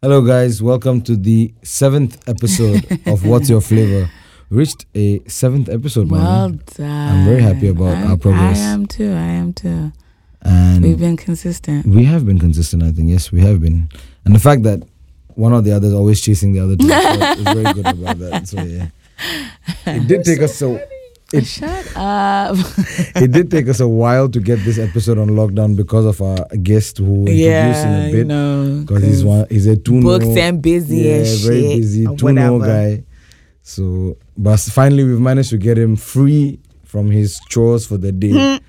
Hello, guys. Welcome to the seventh episode of What's Your Flavor. We Reached a seventh episode, Well man. done. I'm very happy about our progress. I am too. I am too. and We've been consistent. we have been consistent, I think. Yes, we have been. And the fact that one or the other is always chasing the other two is very good about that. So, yeah. It did take us so. It, Shut up. it did take us a while to get this episode on lockdown because of our guest who we're yeah, introducing you a bit. know. Because he's one, he's a two booked and busy yeah, and shit. very busy, or two no whatever. guy. So, but finally we've managed to get him free from his chores for the Hmm. day.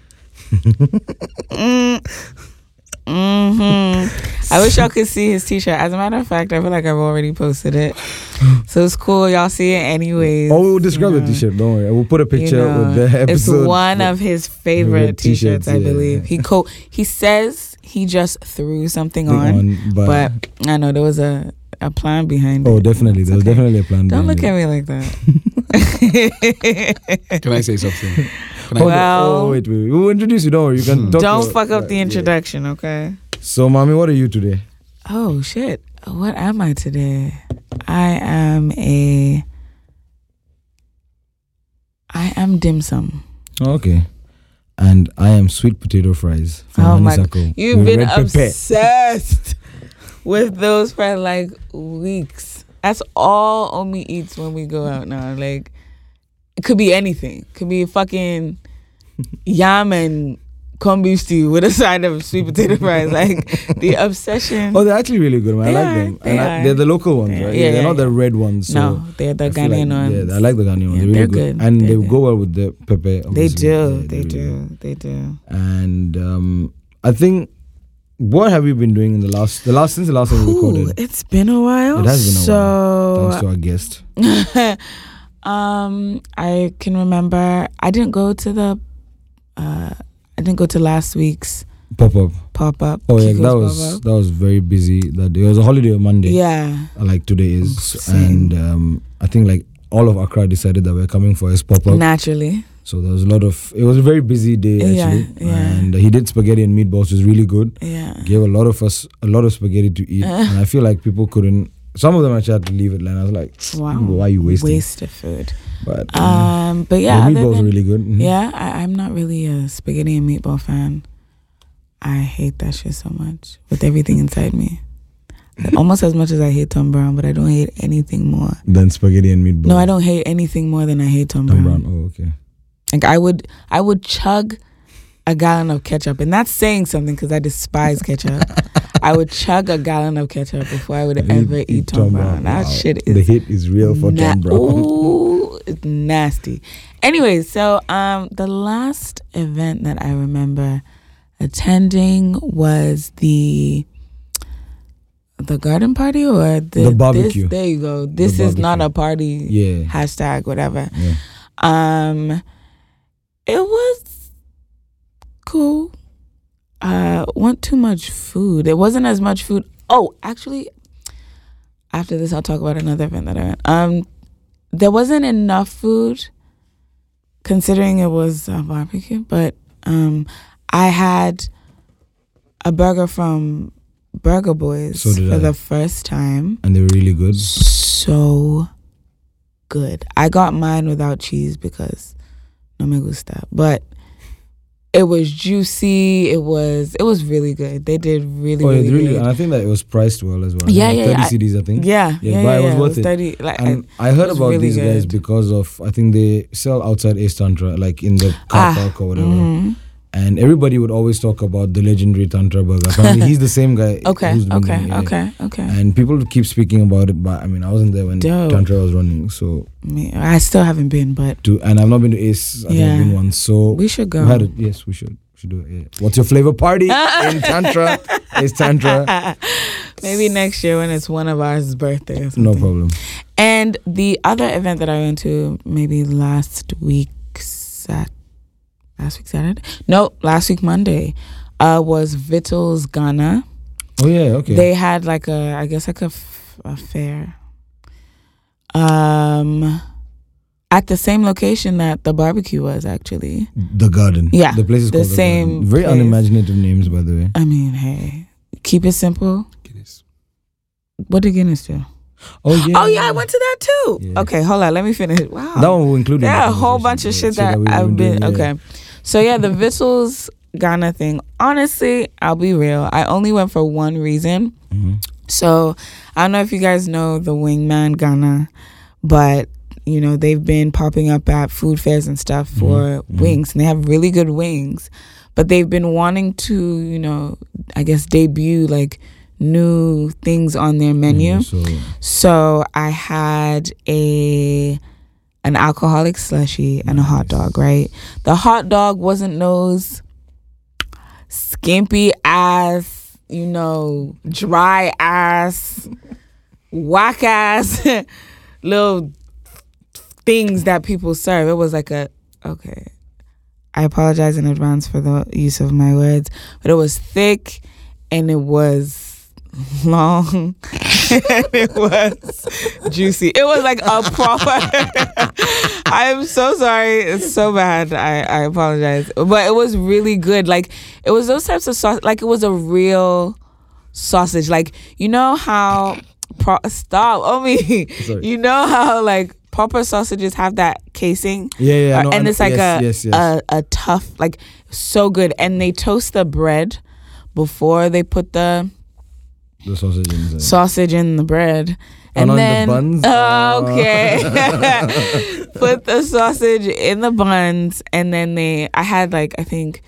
Mm, Mm-hmm. I wish y'all could see his t-shirt. As a matter of fact, I feel like I've already posted it, so it's cool. Y'all see it anyways. oh, we'll describe you the know. t-shirt. Don't worry, we'll put a picture You know, with the episode. It's one of his favorite favorite t-shirts, t-shirts, I yeah. believe. He co- he says he just threw something thing on, but, but I know there was a, a plan behind it. oh, definitely, It's there's okay. definitely a plan. Don't look behind at me like that. Can I say something? Can it. Oh, I, Well- oh, wait, wait, we'll introduce you. Don't worry, you can Hmm. talk. Don't to- fuck up the yeah. introduction, okay? So, mommy, what are you today? Oh shit. What am I today? I am a I am dim sum. Okay, and I am sweet potato fries from Oh my- Hanisako You've with been red pepper. obsessed with those for like weeks. That's all Omi eats when we go out now. Like it could be anything. It could be fucking yam and kombu stew with a side of sweet potato fries. Like the obsession. Oh, they're actually really good. Man. They I like are, them. they and I- are. they're the local ones, Yeah, right? yeah, they're yeah, not the red ones. So no, they're the I feel Ghanaian like, ones. Yeah, I like the Ghanaian ones. they're Yeah, really they're good. good. And They're they good. go well with the pepe. They obviously. do. Yeah, they really do. do. They do. And um, I think what have we been doing in the last the last since the last time we Ooh, recorded? it's been a while. It has been a Thanks so, to our guest. um, I can remember I didn't go to the, uh, I didn't go to last week's Pop up. pop up. Oh yeah, that was that was very busy that day. It was a holiday on Monday. yeah. uh, Like today is. Same. And um, I think like all of Accra decided that we're coming for his pop up. Naturally, So there was a lot of. It was a very busy day Yeah, actually, yeah. and uh, he did spaghetti and meatballs, which was really good. yeah. Gave a lot of us a lot of spaghetti to eat, Uh. and I feel like people couldn't. Some of them actually had to leave it, and I was like, Wow. "Why are you wasting?" Waste of food. But um, Um, but yeah, the other meatballs than- were really good. mhm. yeah. I, I'm not really a spaghetti and meatball fan. I hate that shit so much with everything inside me. Like, Almost as much as I hate Tom Brown, but I don't hate anything more. Then spaghetti and meatballs. No, I don't hate anything more than I hate Tom, Tom Brown. Brown. Oh, okay. Like I would, I would chug a gallon of ketchup, and that's saying something because I despise ketchup. I would chug a gallon of ketchup before I would ever eat, Tom, Brown. That Wow. shit the is hate is real for na- Tom Brown. Ooh, it's nasty. Anyway, so um, the last event that I remember attending was the the garden party or the, The barbecue. This, there you go. This is not a party. yeah. Hashtag whatever. yeah. Um, it was cool. Uh, want too much food. It wasn't as much food. Oh, actually, after this, I'll talk about another event that I went. Um, there wasn't enough food, considering it was a barbecue. But um, I had a burger from Burger Boys So did for I. the first time And they were really good. so good. I got mine without cheese because no me gusta, but it was juicy. It was it was really good. They did really oh, yeah, really, really. good. And I think that it was priced well as well. Yeah, Like yeah, Thirty yeah. CDs, I think. yeah, Yeah, yeah, yeah, but it yeah, was worth it. 30, like, I- And I heard was about really these guys good. because of I think they sell outside Ace Tantra, like in the car Ah, park or whatever. mhm. And everybody would always talk about the legendary Tantra burger. Apparently, he's the same guy. Okay, who's been okay, doing it, yeah. okay, okay. And people keep speaking about it, but I mean, I wasn't there when Dope. Tantra was running. So Me, I still haven't been, but to and I've not been to Ace. I think Yeah. I've been once. So we should Oh, we go. had it. Yes, we should. We should do it. Yeah. What's your flavor party in Tantra? Ace Tantra. Maybe next year when it's one of ours birthday. Or something. No problem. And the other event that I went to maybe last week, sat, last week Saturday? No, last week Monday, uh, was Vittles Ghana. Oh yeah. Okay. They had like a, I guess like a, f- a fair. Um, at the same location that the barbecue was actually. the garden. Yeah, The place is the called the same Garden. Very place. unimaginative names, by the way. I mean, hey, keep it simple. Guinness. What did Guinness do? Oh yeah. Oh yeah, I went to that too. Yeah. Okay, hold on. Let me finish. Wow. That one will include. in There the are a whole bunch conversation, of yeah, shit so that, we I've don't do- been yeah. okay. So yeah, the Vissels Ghana thing. Honestly, I'll be real. I only went for one reason. Mhm. So I don't know if you guys know the Wingman Ghana, but you know they've been popping up at food fairs and stuff Mm-hmm. for wings, and they have really good wings. But they've been wanting to, you know, I guess debut like new things on their menu. So So I had a an alcoholic slushie and a hot dog, right? The hot dog wasn't those skimpy ass, you know, dry ass, whack ass little things that people serve. It was like a okay. I apologize in advance for the use of my words, but it was thick and it was long and it was juicy. It was like a proper. I am so sorry. It's so bad. I, I apologize. But it was really good. Like, it was those types of sauce. Like, it was a real sausage. Like, you know how. Pro- stop, Omi. Sorry. You know how, like, proper sausages have that casing? yeah, yeah. Or- no, I Uh, and know. it's like Yes, a, uh, yes, yes. a a tough like so good and they toast the bread before they put the the sausage in there. sausage in the bread And and on the then buns? Oh, okay put the sausage in the buns and then they i had like i think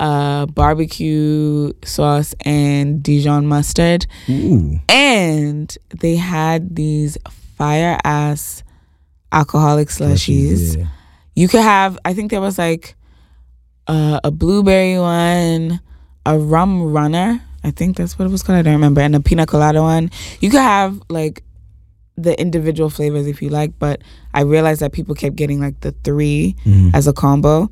uh barbecue sauce and dijon mustard Ooh. and they had these fire ass alcoholic slushies Yeah. you could have i think there was like uh, a blueberry one a rum runner i think that's what it was called i don't remember and a pina colada one you could have like the individual flavors if you like but i realized that people kept getting like the three Mhm. as a combo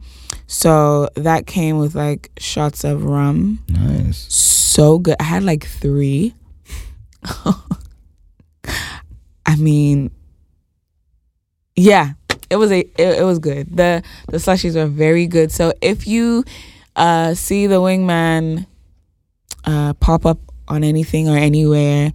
so that came with like shots of rum Nice. so good. I had like three. I mean, yeah, it was a it, it was good. the The slushies were very good. So if you uh, see the wingman uh, pop up on anything or anywhere,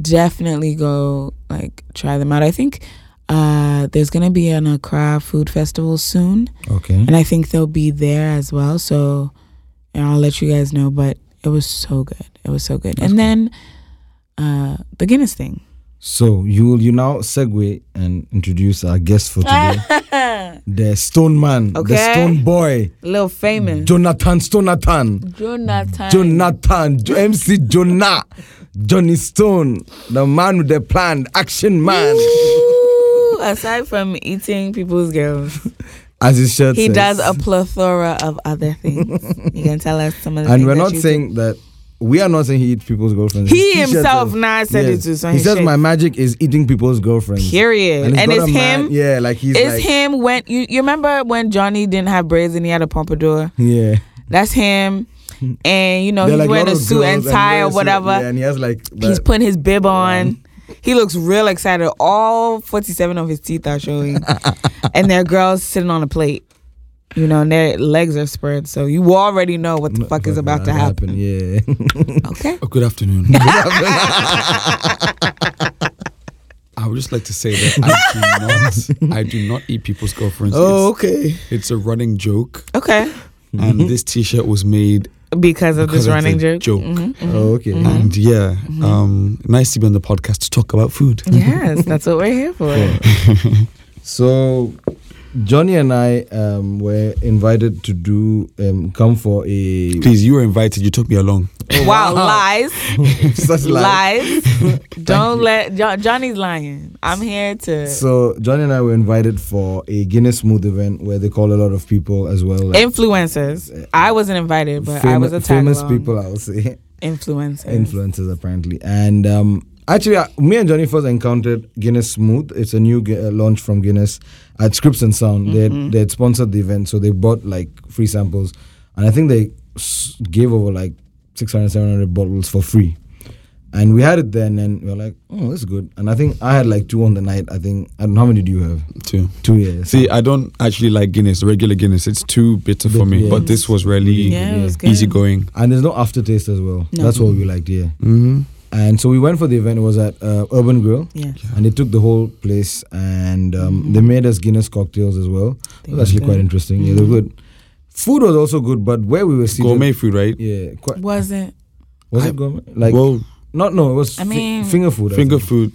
definitely go like try them out. I think uh, there's gonna be an Accra food festival soon Okay. and I think they'll be there as well. So, and I'll let you guys know. But it was so good. It was so good. and then uh, the Guinness thing. So you will you now segue and introduce our guest for today, the Stone Man, the Ah. Okay. Stone Boy, Little famous. Jonathan Stonathan. Jonathan. Jonathan, Jo- MC Jonah, Johnny Stone, the man with the plan, action man. Ooh, Aside from eating people's girls, As his shirt he says. does a plethora of other things. you can tell us some of the and things we're that not you do. saying that we are not saying he eats people's girlfriends. His he t-shirt himself. says- Nah, I said Yes. it too. So he his says shit. my magic is eating people's girlfriends. period, he's and, got it's a man- him. Yeah, like he's It's like him when you you remember when Johnny didn't have braids and he had a pompadour. yeah. That's him. And you know, There are, Oh, he's like, wearing lot a of suit and girls tie or wears suit, whatever. Yeah, and he has like he's that- putting his bib on. He looks real excited. All 47 of his teeth are showing. and there are girls sitting on a plate. You know, and their legs are spread. So you already know what the fuck is about to happen. Yeah. Okay. Oh, good afternoon. I would just like to say that I do not, I do not eat people's girlfriends. oh, okay. It's, it's a running joke, Okay. and this T-shirt was made Because of because this of running the joke. Mm-hmm, joke. Oh, okay. And yeah, um, nice to be on the podcast to talk about food. Yes, that's what we're here for. So, Johnny and I um, were invited to do um, come for a Please, you were invited. You took me along. wow, lies. such like. Lies. Don't let Jo- Johnny's lying. I'm here to So Johnny and I were invited for a Guinness Smooth event where they call a lot of people as well. Like influencers. I wasn't invited, but I fam- was a tag famous along. people, I would say influencer. influencers apparently. And um, actually, I, me and Johnny first encountered Guinness Smooth. It's a new gu- uh, launch from Guinness at Scripts and Sound. Mm-hmm. They they had sponsored the event, so they bought like free samples, and I think they s- gave over like 600, 700 bottles for free. And we had it then, and we were like, "Oh, that's good." And I think I had like two on the night. I think I don't know how many do you have? Too. Two years. See, I don't actually like Guinness, regular Guinness. It's too bitter for Bit- me. yeah. But this was really Yeah, it was good. easygoing. and there's no aftertaste as well. No. That's what we liked, yeah. Mm-hmm. And so we went for the event. It was at uh, Urban Grill, Yes. and they took the whole place, and um, Mhm. they made us Guinness cocktails as well. They It was actually were quite good. interesting. Yeah, they were Mhm. good. Food was also good, but where we were seated, Gourmet food, right? Yeah, quite, Wasn't was I- it gourmet? Like well, not no, it was I fi- mean- finger food. I finger think. food.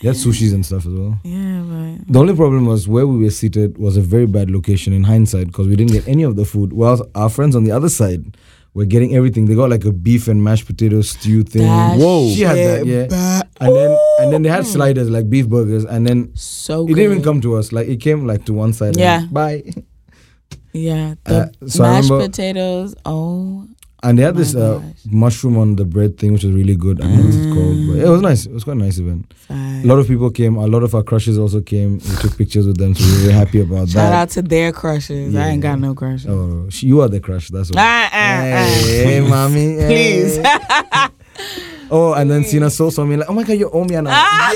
They had sushis and stuff as well. yeah, but The only problem was where we were seated was a very bad location in hindsight because we didn't get any of the food. While our friends on the other side were getting everything. They got like a beef and mashed potato stew thing. That Whoa. She had that, yeah. And then and then they had sliders like beef burgers and then so it good. didn't even come to us. Like it came like to one side. and Yeah. Bye. Yeah, the Uh, so I mashed remember- potatoes. Oh, And they had My this uh, gosh. mushroom on the bread thing, which was really good. I don't know what it's Mm. called, but it was nice. It was quite a nice event. fine. A lot of people came. A lot of our crushes also came. We took pictures with them, so we were very happy about Shout that. out to their crushes. I ain't got no crushes. Oh, she, you are the crush. That's Ah, why. Eh, ah, Hey, mommy. Please. hey. eh. Oh, and then Sina saw me like, oh my god, you owe me an Yeah. ah.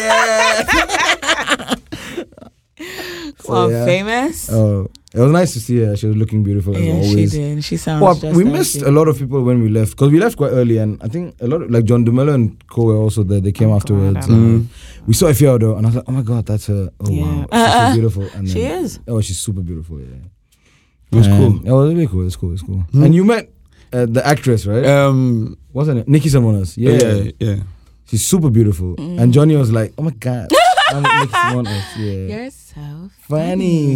Well, yeah. famous. Oh, it was nice to see her. She was looking beautiful as yeah, always. she did. She sounds. Well, just we like missed you. a lot of people when we left because we left quite early, and I think a lot of like John Dumelo and Co were also there. They came Oh, God, afterwards. I love and We saw Ifeodo, and I was like, oh my god, that's her. Oh wow, Yeah. she's Uh, uh, so beautiful. And She then, is. Oh, she's super beautiful. Yeah, It was And- Oh, it was really cool. It's cool. It's cool. Hmm. And you met uh, the actress, right? cool. Um, What's her name? Nikki Simonas. yeah, Yeah. yeah, yeah. She's super beautiful. Mm. And Johnny was like, oh my god, I'm with Nikki Simonas. Yeah. You're so Funny.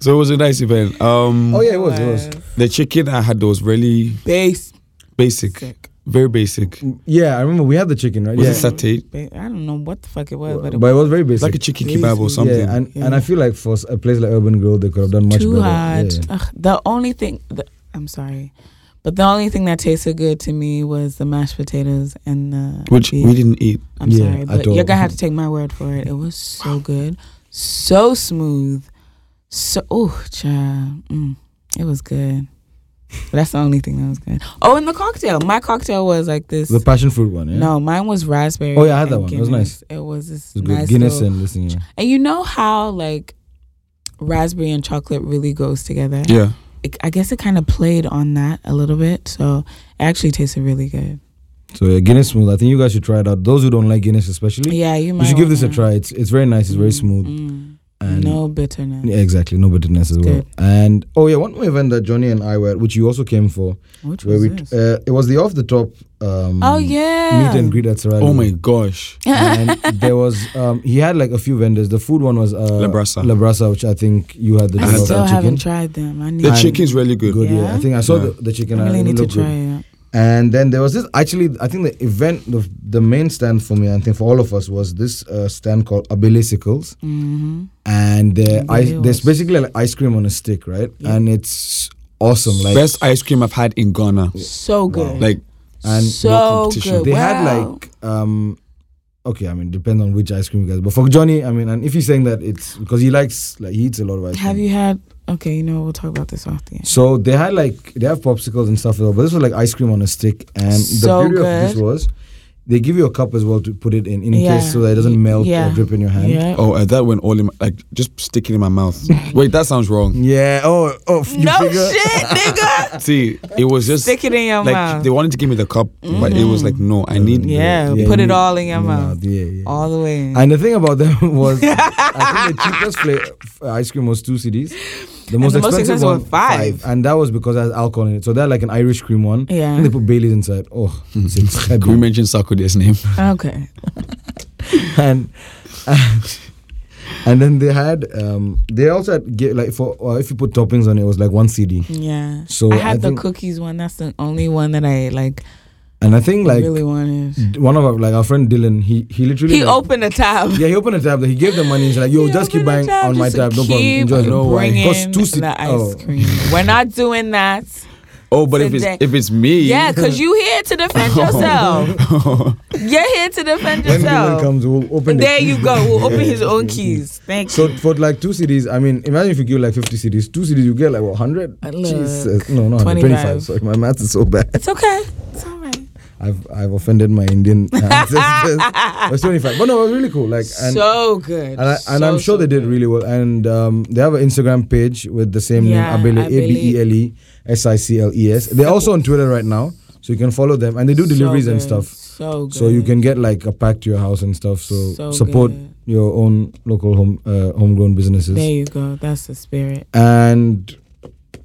So it was a nice event. Um, Mm. Oh yeah, it was. It was. The chicken I had was really Base. basic, Sick. very basic. Yeah, I remember we had the chicken, right? Was yeah. it satay? Ba- I don't know what the fuck it was, but but it it was very basic. It's like a chicken kebab or Basic. something. Yeah, and, Yeah. and I feel like for s- a place like Urban Grill, they could have done much too better. hot. Yeah. Ugh, the only thing, the, I'm sorry, but the only thing that tasted good to me was the mashed potatoes and the which beef. we didn't eat. I'm Yeah, sorry, at but you're all. gonna have to take my word for it. It was so good, so smooth, so oh, child, mm, it was good. But that's the only thing that was good. Oh, and the cocktail. My cocktail was like this. The passion fruit one, yeah. No, mine was raspberry. Oh, yeah, I had that and one. It was Guinness. It was this It's good. nice Guinness little- and this thing. Yeah. and you know how like raspberry and chocolate really goes together. Yeah. It, I guess it kind of played on that a little bit, so it actually tasted really good. So yeah, Guinness smooth. I think you guys should try it out. Those who don't like Guinness, especially, Yeah, you might. you should give this a wanna- try. It's it's very nice. It's very Mm, smooth. mm. And no bitterness. Yeah, exactly. No bitterness as well. Good. And oh yeah, one more event that Johnny and I were, at, which you also came for, Which where we was this? uh, it was the off the top. Um, oh yeah. Meet and greet at Sarajevo. Oh my gosh. and there was um, he had like a few vendors. The food one was uh, La Brasa. La Brasa, which I think you had the I choice of still that chicken. haven't tried them. I need. The And- chicken's really good. Good, yeah. Yeah? I think I saw Yeah. the, the chicken. I I really need to looked good. try it. And then there was this actually. I think the event, the, the main stand for me, I think for all of us, was this uh, stand called Abelisicles, Mm-hmm. and uh, I, Abelicicles. there's basically like ice cream on a stick, right? Yeah. And it's awesome. Like Best ice cream I've had in Ghana. So good. Like and so competition. good. they had Wow. like um okay i mean depends on which ice cream you guys but for johnny i mean and if he's saying that it's because he likes like he eats a lot of ice Have cream you had? Okay, you know we'll talk about this off the end. so they had like they have popsicles and stuff as well, but this was like ice cream on a stick and So the beauty of this good. was they give you a cup as well to put it in in Yeah. case so that it doesn't melt Yeah. or drip in your hand Yeah. Oh, and that went all in my, like just sticking in my mouth. Wait, that sounds wrong. yeah oh oh f- you No figure- shit, nigga. See, it was just Stick it in your like mouth. they wanted to give me the cup, but it was like no, I need Yeah, put it all in your mouth. yeah, yeah. All the way. in. Mm. and the thing about them was I think the cheapest fla- f- ice cream was two CDs. The most, the most expensive, expensive one was five. and that was because it has alcohol in it. So they had like an Irish cream one. Yeah. And they put Bailey's inside. Oh, it's Can we incredible. mention Sakude's name? okay. and, and and then they had um they also had get, like for uh, if you put toppings on it, it was like one CD. Yeah. So I had I the think- cookies one. That's the only one that I like, And I think like really wanted. d- one of our like our friend Dylan, he he literally He like- opened a tab. Yeah, he opened a tab. He gave the money. He's like, "Yo, He just keep opened a buying tab, on my just tab. No problem. keep Enjoy. No way. bringing Because two C- the ice oh. cream. We're not doing that. Oh, but if it's Today. if it's me, Yeah, cause you here to defend yourself. You're here to defend Oh. When Dylan yourself. comes, we'll open it. There you go. We'll open his own keys. Thank you. So for like two CDs, I mean, imagine if you give like 50 CDs, two CDs, you get like what, 100? Uh, look, Jesus. No, no, 25. 25. Sorry, my math is so bad. It's okay. It's all right. I've I've offended my Indian ancestors. it was 25. But no, it was really cool. Like, and, so good. and, I, and So, I'm sure so they did good. really well. And um, they have an Instagram page with the same Yeah, name, Abele, Abele. A B E L E S I C L E S. They're also on Twitter right now. So you can follow them, and they do deliveries and stuff. So good. So you can get like a pack to your house and stuff. So, So support good. your own local home uh, homegrown businesses. There you go. That's the spirit. And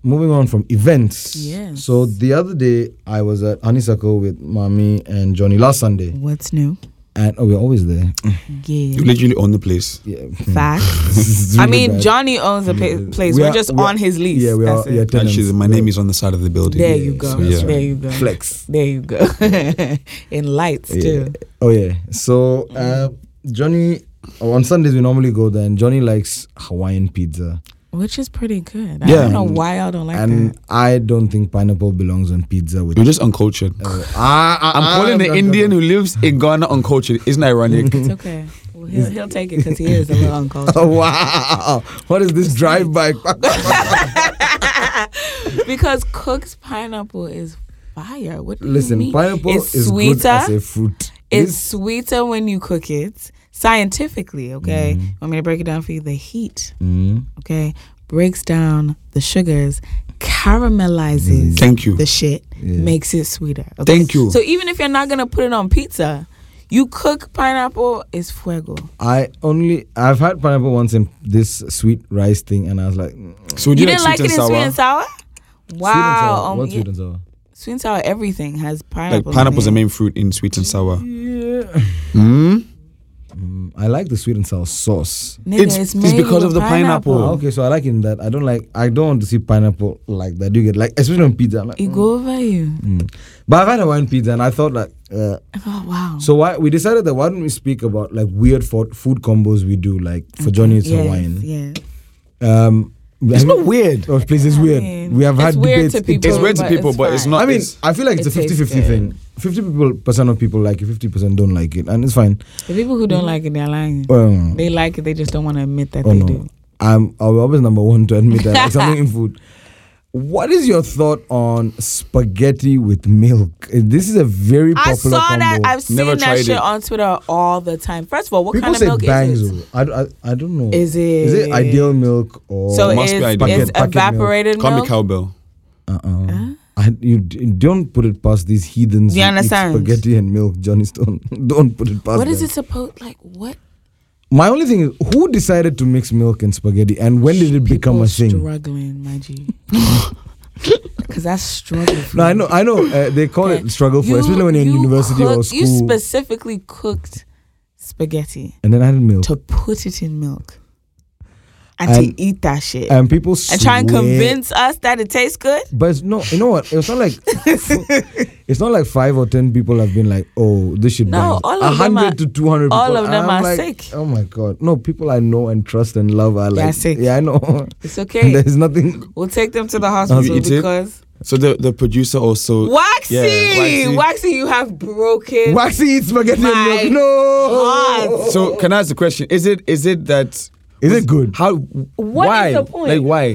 moving on from events. Yes. So the other day I was at Honeysuckle with Mommy and Johnny last Sunday. What's new? And oh we're always there. Yeah. You literally own the place. Yeah. Facts. It's I really mean, bad. Johnny owns a pa- place. We We are are- just we are- on his lease. Yeah, we are That's yeah, it. tenants. Actually, my name is on the side of the building. There you go. So, yeah. There you go. Flex. There you go. In lights too. Oh yeah. So uh, Johnny oh, on Sundays we normally go there and Johnny likes Hawaiian pizza. Which is pretty good. I Yeah. don't know why I don't like and that. I don't think pineapple belongs on pizza with You're just uncultured. Ah, ah, I'm ah, calling the I'm- I'm- Indian who lives in Ghana uncultured. Isn't that ironic? It's okay. Well, he'll, he'll take it because he is a little uncultured. Oh, wow. What is this drive by? because Cook's pineapple is fire. What do you Listen, mean? pineapple It's is good sweeter. as a fruit. It's This- sweeter when you cook it scientifically. Okay, Mm-hmm. want me to break it down for you? The heat. Mm. Okay, breaks down the sugars, caramelizes. Mm. Thank you. the shit Yeah. makes it sweeter. okay? Thank you. So even if you're not gonna put it on pizza, you cook pineapple is fuego. I only I've had pineapple once in this sweet rice thing, and I was like, mm, So would You, you, didn't like like it in sweet and sour? sweet and sour? Wow. sweet and sour. um, What's yeah, sweet and sour? sweet and sour, Everything has like pineapple. pineapple's the in it. main fruit in sweet and sour. Yeah. Mm? Mm, I like the sweet and sour sauce. Nigga, It's- it's, it's made because with of the pineapple. Oh. Ah, okay, so I like it in that. I don't like. I don't want to see pineapple like that. You get like, especially on pizza. I'm like, It mm, go over you. mm. But I've had Hawaiian pizza, and I thought like, uh, Oh wow. so why we decided that why don't we speak about like weird fo- food combos we do? Like for Johnny, it's yes, Hawaiian. Yes. Um, It's not weird. Oh, please, it's I weird. mean, we have it's had weird debates. to It people, tastes- weird to people, but it's fine. not- I mean, it's- I feel like it's it a 50 tastes 50 good. thing. 50 people percent of people like it, 50 percent don't like it, and it's fine. the people who Mm. don't like it, they're lying. Um, They like it, they just don't want to admit that oh they no, do. I'm I'm always number one to admit that I like something in food. What is your thought on spaghetti with milk? Uh, This is a very I popular saw that. combo. I've seen Never that tried shit it. on Twitter all the time. First of all, what people kind of say milk bangs. is it? oh. I, d- I- I don't know. Is it? Is it ideal milk or So Must it's, be it's ideal. Packet- packet milk. evaporated Can't be milk. cowbell. Uh-uh. I, you d- don't put it past these heathens You who eat understand? spaghetti and milk, Johnny Stone. don't put it past What is them. it supposed like? What My only thing is, who decided to mix milk and spaghetti, and when did it become people a thing? Struggling, my G. Because that's struggle. no, I know, I know. Uh, they call Okay. it struggle for, especially when you're in university or cooked- school. You specifically cooked spaghetti and then added milk, to put it in milk and, And- to eat that shit and people swear, and try and convince us that it tastes good. But it's, no, you know what? It's not like it's not like five or ten people have been like, "Oh, this should No, all of them hundred to are- two hundred. all of them are like, sick. Oh my god! No, people I know and trust and love are They are like, sick. yeah, I know. It's okay. There's nothing. We'll take them to the hospital eat it? because So the, the producer also. waxy, Yeah, waxy, Waxy. you have broken. Waxy eats spaghetti My and milk. No. God. So can I ask the question? Is it is it that Is it good? how why is the point? like why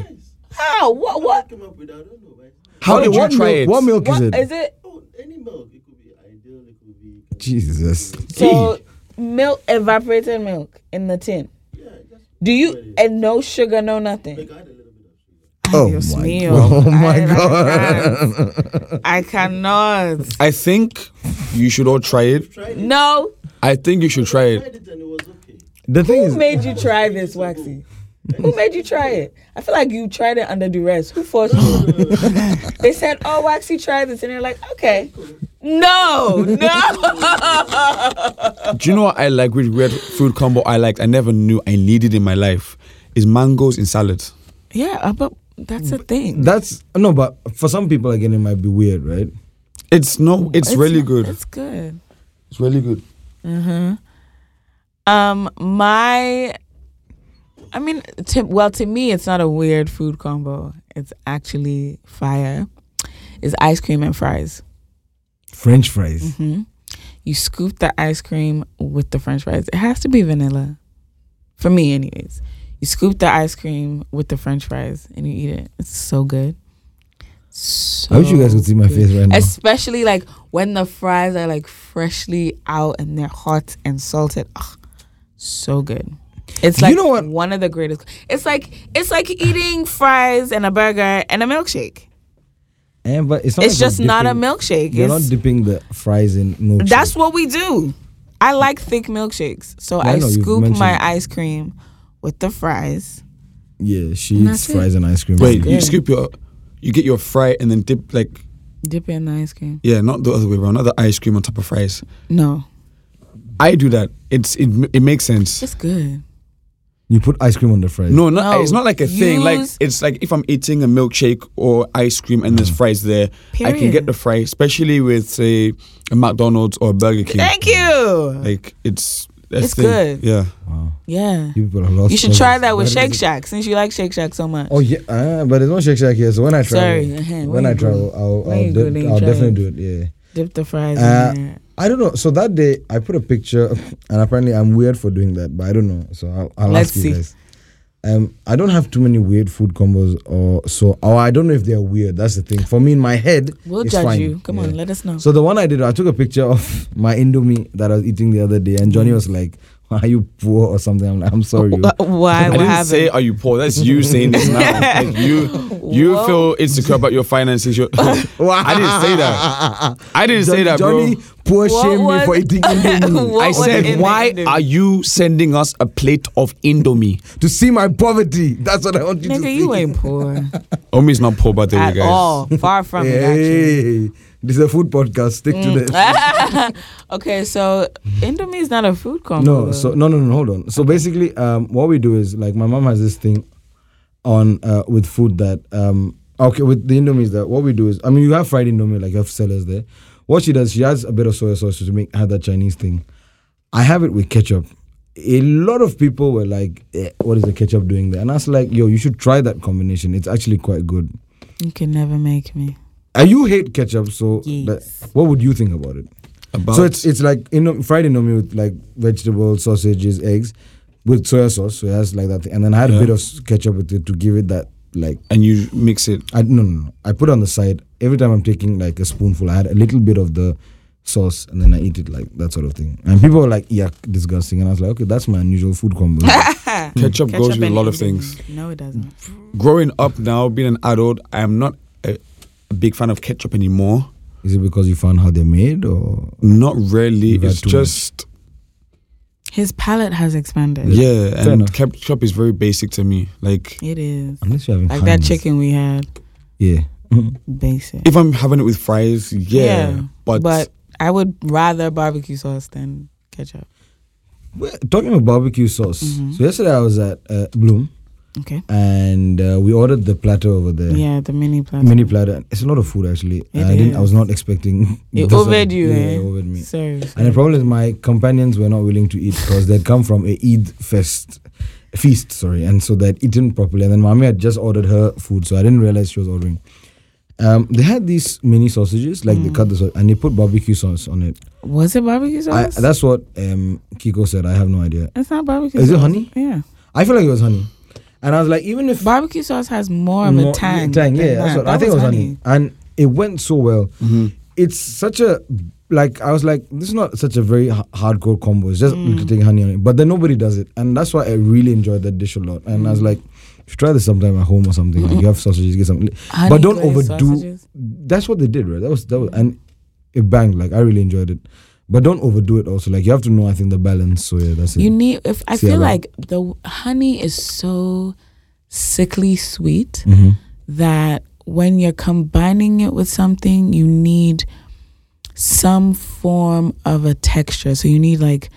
How? What? What? came up with that, I don't know, right? how Okay, did you what try milk, it? What milk is What it? is it? Oh, any milk. It could be ideal, it could be. Jesus. So milk, evaporated milk in the tin. Do you and no sugar, no nothing? I had a little bit of sugar. Oh Dios my mío. god. Oh I- my I god. I cannot. I think you should all try it. Tried it, No, I think you should try tried it. it, and it was okay. The thing who is, made you try this, Waxy? Who made you try it? I feel like you tried it under duress. Who forced you? they said, "Oh, Waxy, try this," and they're like, "Okay." No, no. Do you know what I like with weird food combo? I liked. I never knew I needed in my life is mangoes in salad. yeah, uh, but that's a thing. that's no, but for some people again, it might be weird, right? It's no. It's, really not- good. It's good. It's really good. Um, my, I mean, to, well, to me, it's not a weird food combo. It's actually fire. It's ice cream and fries. French fries. hmm You scoop the ice cream with the French fries. It has to be vanilla, for me, anyways. You scoop the ice cream with the French fries and you eat it. It's so good. So I wish you guys could see my good. face right now. Especially like when the fries are like freshly out and they're hot and salted. Ugh, so good. It's You like know what? one of the greatest. It's like it's like eating fries and a burger and a milkshake. And but it's not. It's like you're just not a dipping- milkshake. You're not It's- dipping the fries in milk. That's what we do. I like thick milkshakes, so Yeah, I I know, you've scoop my mentioned- ice cream with the fries. yeah. She And eats that's it. fries and ice cream. Wait, you good. scoop your, you get your fry and then dip like Dip it in the ice cream. yeah, not the other way around, not the ice cream on top of fries. No, I do that. It's it m- it makes sense. it's good. You put ice cream on the fries. No, not, No, it's not like a thing. Like use- Mm. it's like if I'm eating a milkshake or ice cream and there's fries there, I can get Period. the fries, especially with say a McDonald's or a Burger King. Thank you. Like it's that's It's thing. good. Yeah. Wow. yeah, You people are lost. you should try that with Where Shake is it? Shack since you like Shake Shack so much. Oh yeah, uh, but there's no Shake Shack here. So when I travel, Sorry, uh-huh, where when you I go? travel, I'll Where I'll, you go, dip- then you I'll try definitely do it. Yeah. Dip the fries Uh, in there. I don't know. So that day, I put a picture, and apparently I'm weird for doing that, but I don't know. So I'll, I'll Let's ask you see. guys. Um, I don't have too many weird food combos, or so, or I don't know if they're weird. That's the thing. For me, in my head, We'll it's judge fine. you. Come on, Yeah. let us know. So the one I did, I took a picture of my Indomie that I was eating the other day, and Johnny was like, "Are you poor or something?" I'm like, "I'm sorry." Wh- Why? I What didn't happened? say are you poor. That's you saying this now. Like, you you Whoa. feel insecure about your finances. You're, I didn't say that. I didn't say that, bro. Johnny, poor What shame me was- for eating Indomie. What I was in said, the why Indomie? are you sending us a plate of Indomie? to see my poverty. That's what I want you to Nigga, see. you ain't poor Omi's not poor, by the way, at guys. all. Far from it, actually. Hey, this is a food podcast. Stick to this. Mm. okay, so Indomie is not a food combo. No, though. so no, no, no. Hold on. So basically, um, what we do is like my mom has this thing on uh, with food that um, okay with the indomie is that what we do is I mean you have fried indomie like you have sellers there. What she does, she has a bit of soy sauce to make have that Chinese thing. I have it with ketchup. A lot of people were like, eh, "What is the ketchup doing there?" And I was like, "Yo, you should try that combination. It's actually quite good." you can never make me. And you hate ketchup, so Yes. that- what would you think about it? About So it's it's like you know fried indomie with like vegetables, sausages, eggs, with soya sauce. So it has like that, thing. and then I had a Yeah. bit of s- ketchup with it to give it that like. and you mix it. I no, no no. I put it on the side every time I'm taking like a spoonful. I had a little bit of the sauce, and then I eat it like that sort of thing. And people were like, "Yuck, disgusting." And I was like, "Okay, that's my unusual food combo." Ketchup, Ketchup goes with a and lot of Indomie. things. No, it doesn't. Growing up now, being an adult, I am not a, a big fan of ketchup anymore. Is it because you found how they're made, or Not really. You've had It's too just His palate has expanded. yeah, Fair and enough. ketchup is very basic to me. Like It is. unless you're having Like that Heinz. chicken we had, Yeah. basic. if I'm having it with fries, yeah, but, but I would rather barbecue sauce than ketchup. Well, Talking about barbecue sauce. Mhm. So yesterday I was at uh, Bloom Okay. and uh, we ordered the platter over there. Yeah, the mini platter. mini platter. It's a lot of food actually. It I didn't. I is. was not expecting. It this overed of- you, Yeah, eh? it overed me. Sorry. And the problem is my companions were not willing to eat because they'd come from a Eid fest feast, sorry, and so they'd eaten properly. And then mommy had just ordered her food, so I didn't realize she was ordering. Um, they had these mini sausages, like they Mm. cut the sau- and they put barbecue sauce on it. Was it barbecue I, sauce? that's what um, Kiko said. I have no idea. it's not barbecue Is sauce. it honey? Yeah. I feel like it was honey, and I was like, even if Barbecue sauce has more of More- a tang. tang, than yeah, that's that. what That I think it was honey, and it went so well. Mhm. it's such a like I was like this is not such a very h- hardcore combo. It's Mm. just little thing honey on it, but then nobody does it, and that's why I really enjoyed that dish a lot. And I was like, you should try this sometime at home or something. Like you have sausages, get something. Honey But don't glazed overdo- sausages. That's what they did, right? That was that was, and it banged. Like I really enjoyed it, but don't overdo it. Also, like you have to know, I think the balance. So yeah, that's it. You need. If I See, I feel love- like the honey is so sickly sweet hmm that when you're combining it with something, you need some form of a texture. So you need like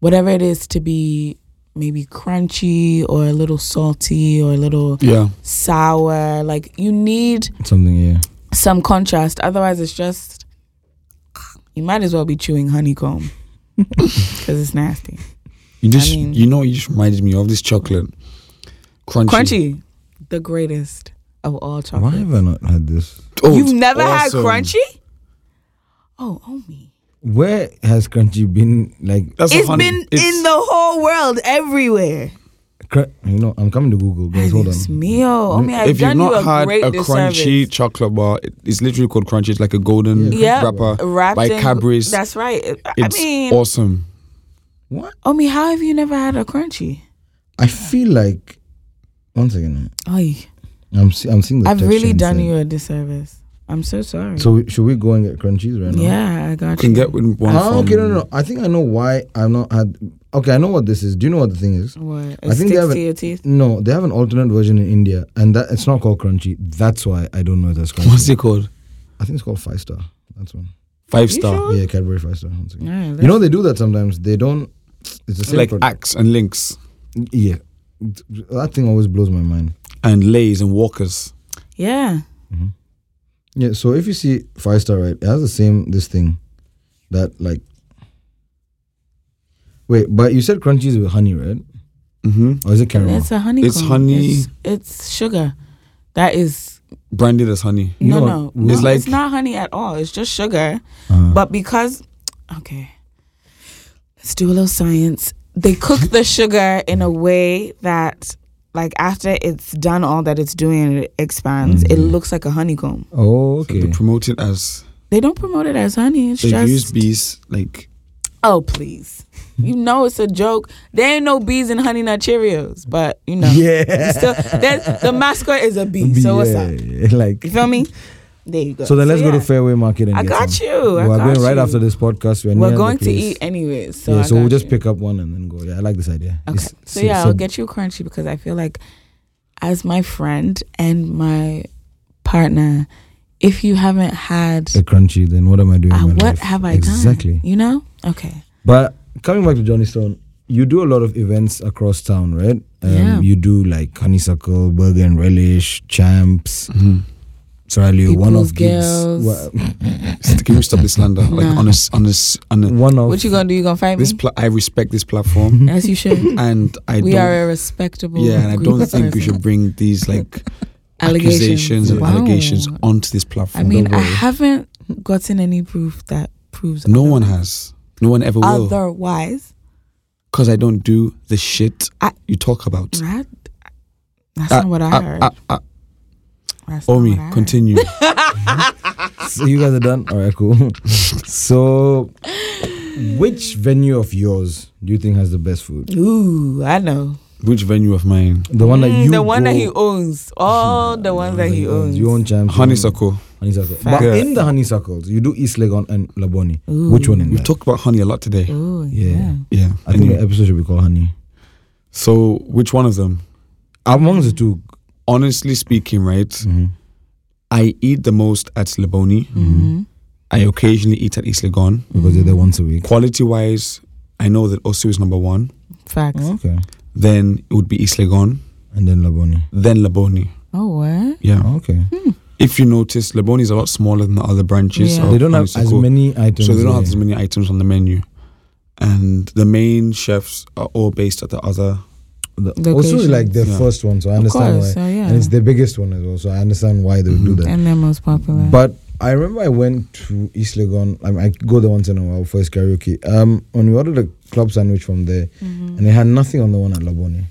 whatever it is to be maybe crunchy or a little salty or a little yeah, sour. Like you need Something, yeah. some contrast. Otherwise, it's just you might as well be chewing honeycomb because it's nasty. you just mean- you know what you just reminded me of this chocolate crunchy. Crunchy, the greatest of all Why chocolate. have I not had this? Oh, You've it's never awesome. had crunchy? Oh, oh me! Where has crunchy been? Like, That's It's not honey. been It's- in the whole world, everywhere. cr- you know, I'm coming to Google, guys. Hold on. Dios mío. Oh, me, I've if you've done you not a had great a crunchy disservice. chocolate bar, it- it's literally called crunchy. It's like a golden Yeah. wrapper Wrapped by in- Cadbury's. That's right. I- It's I mean, awesome. What? Omi, how have you never had a crunchy? I feel like. One second. Oy, I'm see, I'm seeing the. I've texture really done inside. you a disservice. I'm so sorry. So should we go and get crunchies right now? yeah, I got can you. get one Ah, from. okay, no, no, no. I think I know why I've not had. Okay, I know what this is. Do you know what the thing is? What? It I think they sticks have to an- your teeth. No, they have an alternate version in India, and that it's not called crunchy. That's why I don't know if that's crunchy. What's it called? I think it's called five star. That's one. Five You star. sure? Yeah, Cadbury five star. One second. Yeah, You know they do that sometimes. They don't. It's the It's same. like product. axe and links yeah, that thing always blows my mind. and lays and walkers. yeah. Yeah, so if you see five star, right, it has the same this thing that like. Wait, but you said crunchies with honey, right? Mm-hmm. Or is it caramel? It's a honeycomb. honey- It's, it's sugar. That is Branded as honey. You no, know no. what? no, It's, It's like- not honey at all. It's just sugar. Uh-huh. But because, okay, let's do a little science. They cook the sugar in a way that, like, after it's done all that it's doing, and it expands. It Mhm. looks like a honeycomb. oh, They okay. promote it as They don't promote it as honey. It's they just use bees like oh please. You know it's a joke. There ain't no bees in Honey Nut Cheerios, but you know, Yeah. It's still, there's- the mascot is a bee. So what's up? Yeah, Like. You feel me? There you go. So then let's go yeah. to Fairway Market and I get got some. you. I We're got going right you. after this podcast. We're, We're near going the to place. eat anyways. So yeah, I so we'll got just you. pick up one and then go. Yeah, I like this idea. Okay. It's- So it's- yeah, it's I'll a- get you crunchy because I feel like, as my friend and my partner, if you haven't had, a crunchy. Then what am I doing? uh, in my what life? have I exactly. done? You know? Okay. But coming back to Johnny Stone, you do a lot of events across town, right? Um, Yeah. You do like honeysuckle, burger and relish, champs, mm-hmm. Seraglio, one People's of gigs, Girls. Wha- can we stop this slander? Like Nah. on a s- on a s- on a, one of What you gonna do? You gonna fight me? this pla- I respect this platform As you should. and I we don't are a respectable. yeah and I group don't of think we persons. should bring these like Allegations. accusations and Wow. allegations onto this I platform. mean, I worry. haven't gotten any proof that proves. no one otherwise. has. No one ever will. Otherwise, Because I don't do the shit I- you talk about. that, that's Ah, not what I ah, heard. ah, ah. That's not Omi, what I heard. continue. So you guys are done. All right, cool. so, which venue of yours do you think has the best food? Ooh, I know. Which venue of mine? The one that Mm, you the one that go- he owns. All the ones that he owns. You own champs. you own Honeysuckle. Honeysuckle. Facts. But Yeah. in the honeysuckles, you do East Legon and Laboni. Which one in We've there? talked about honey a lot today. Ooh, Yeah. yeah. Yeah. I think anyway. the episode should be called Honey. So, which one of them? Amongst the 2 Honestly speaking, right? mhm. I eat the most at Leboni. Mm-hmm. I occasionally eat at East Legon. because they're there once a week. Quality wise, I know that Osu is number one. Facts. Okay. Then it would be East Legon. And then Laboni. Then Leboni. Oh, Hmm. what? Yeah. Okay. If you notice, Leboni is a lot smaller than the other branches. Yeah. of They don't have as Honeysuckle. many items. So they don't have yeah. as many items on the menu. And the main chefs are all based at the other. The, also, Oh, it's like the Locations. first one, so I Of understand why. course. So, yeah. Mm-hmm. And it's the biggest one as well, so I understand why they would do Mhm. that. And they're most popular. But I remember I went to East Legon. I, mean, I go there once in a while for his karaoke. Um, and we ordered a club sandwich from there, Mm-hmm. and it had nothing on the one at Laboni.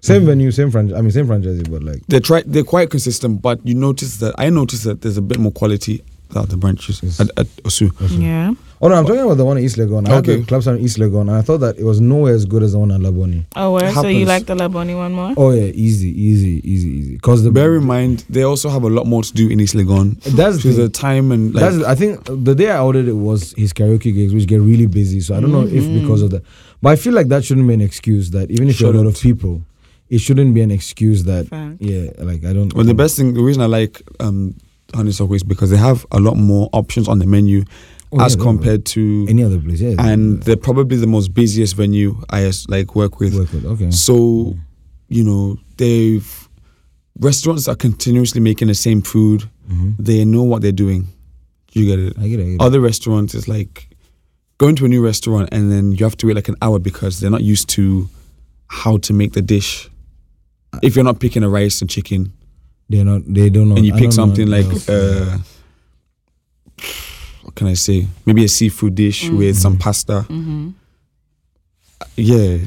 Same venue, same franchise. I mean, same franchise, but like They're try they're quite consistent, but you notice that I noticed that there's a bit more quality at the other branches Yes. at, at Osu. yeah. Oh no, I'm talking about the one at East Legon. I had Okay. the club sandwich East Legon, and I thought that it was nowhere as good as the one at Laboni. Oh, what? So you happens. like the Laboni one more? Oh yeah, easy, easy, easy, easy. Cause the Bear in mind, they also have a lot more to do in East Legon. that's To the the time and like That's, I think the day I ordered it was his karaoke gigs, which get really busy. So I don't know if because of that, but I feel like that shouldn't be an excuse. That even if you're a lot of people, it shouldn't be an excuse that Fact. yeah, like I don't. well, the best thing, the reason I like um, Honeysuckle is because they have a lot more options on the menu Oh, yeah, as they have compared to, any other place, yeah. and they're probably the most busiest venue I like work with. work with okay. So, you know, they've restaurants are continuously making the same food. Mhm. They know what they're doing. You get it. I get it. I get it. Other restaurants is like going to a new restaurant and then you have to wait like an hour because they're not used to how to make the dish. If you're not picking a rice and chicken They're not. They don't know. and you I pick don't know something like else. uh what can I say? Maybe a seafood dish Mm. with some pasta. Mm-hmm. Yeah.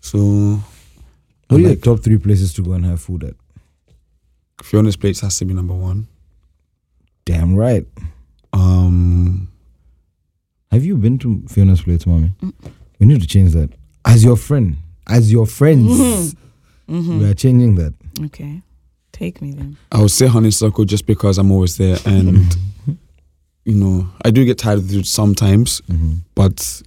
So what are your like- top three places to go and have food at? Fiona's plates has to be number one. Damn right. Um, Have you been to Fiona's Plates, mommy? We need to change that. Mm-hmm. As your friend, as your friends, we are changing that. Okay. Take me then. I would say honeysuckle just because I'm always there, and you know I do get tired of it sometimes, Mhm. but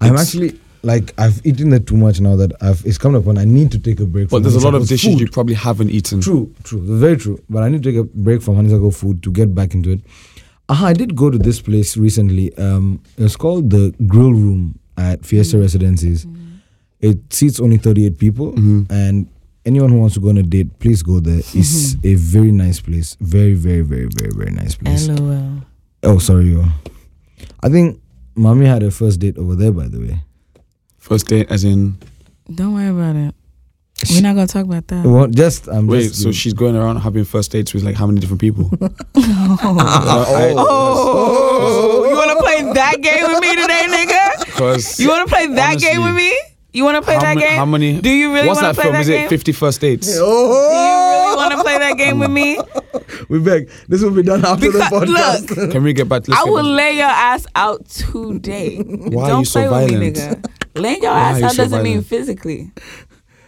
I'm Mm-hmm. It's- actually like I've eaten it too much now that I've it's come upon. I need to take a break. but from there's a lot of honeysuckle dishes food. you probably haven't eaten. True, true, very true. But I need to take a break from honeysuckle food to get back into it. Uh, I did go to this place recently. Um, it's called the Grill Room at Fiesta Residencies. It seats only 38 people, Mhm. and anyone who wants to go on a date, please go there. It's a very nice place. Very, very, very, very, very nice place. LOL. Oh, sorry, you. I think mommy had her first date over there. By the way, First date, as in Don't worry about it. We're not gonna talk about that. well, just I'm wait, just so she's going around having first dates with like how many different people? Oh, you want to play that game with me today, nigga? Because You want to play that Honestly. game with me? You want to play how, that ma- game? how many? Do you really what's wanna that play film? that Is game? it Fifty First Dates? Do you Oh, really want to play that game with me? we beg. This will be done after Because the podcast. look, Can we get back? let's I get will back- lay your ass out today. Why Don't are you so play with violent? me, nigga. Laying your Why are ass you out so doesn't mean violent? physically.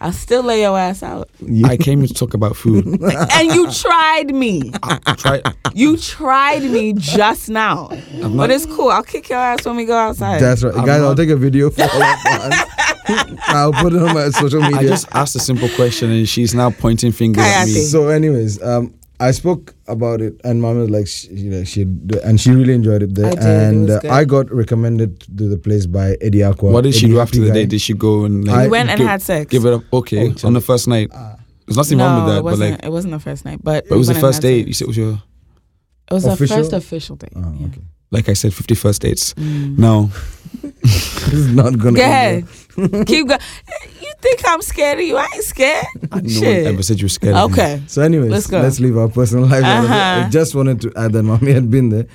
I'll still lay your ass out. I came here to talk about food. And you tried me. Try. You tried me just now. but it's cool. I'll kick your ass when we go outside. That's right, I'm guys. I'll not- take a video for all of that. I'll put it on my social I media. just asked a simple question and she's now pointing fingers at me. Kayate. So, anyways, um, I spoke about it, and mom was like, she, you know, she and she really enjoyed it there, I did, it and was uh, good. I got recommended to the place by Eddie Aqua. What did she Eddie do after Happy the guy. date? Did she go and like I- We went and give, had sex. give it up? Okay, on the first night. There's nothing wrong with No, that, it but wasn't. like, it wasn't the first night, but, but it was we the went on first that date. date. You said it was your, It was Official? the first official date. Oh, yeah. okay. like I said, 50 first dates. Mm. Now, This is not gonna. end Go ahead. well. Keep going. You think I'm scared of you? I ain't scared. no one Shit. ever said you were scared. of me. Okay. So, anyways, Let's let's, go. leave our personal life. out of it. Uh-huh. I just wanted to add that mommy had been there.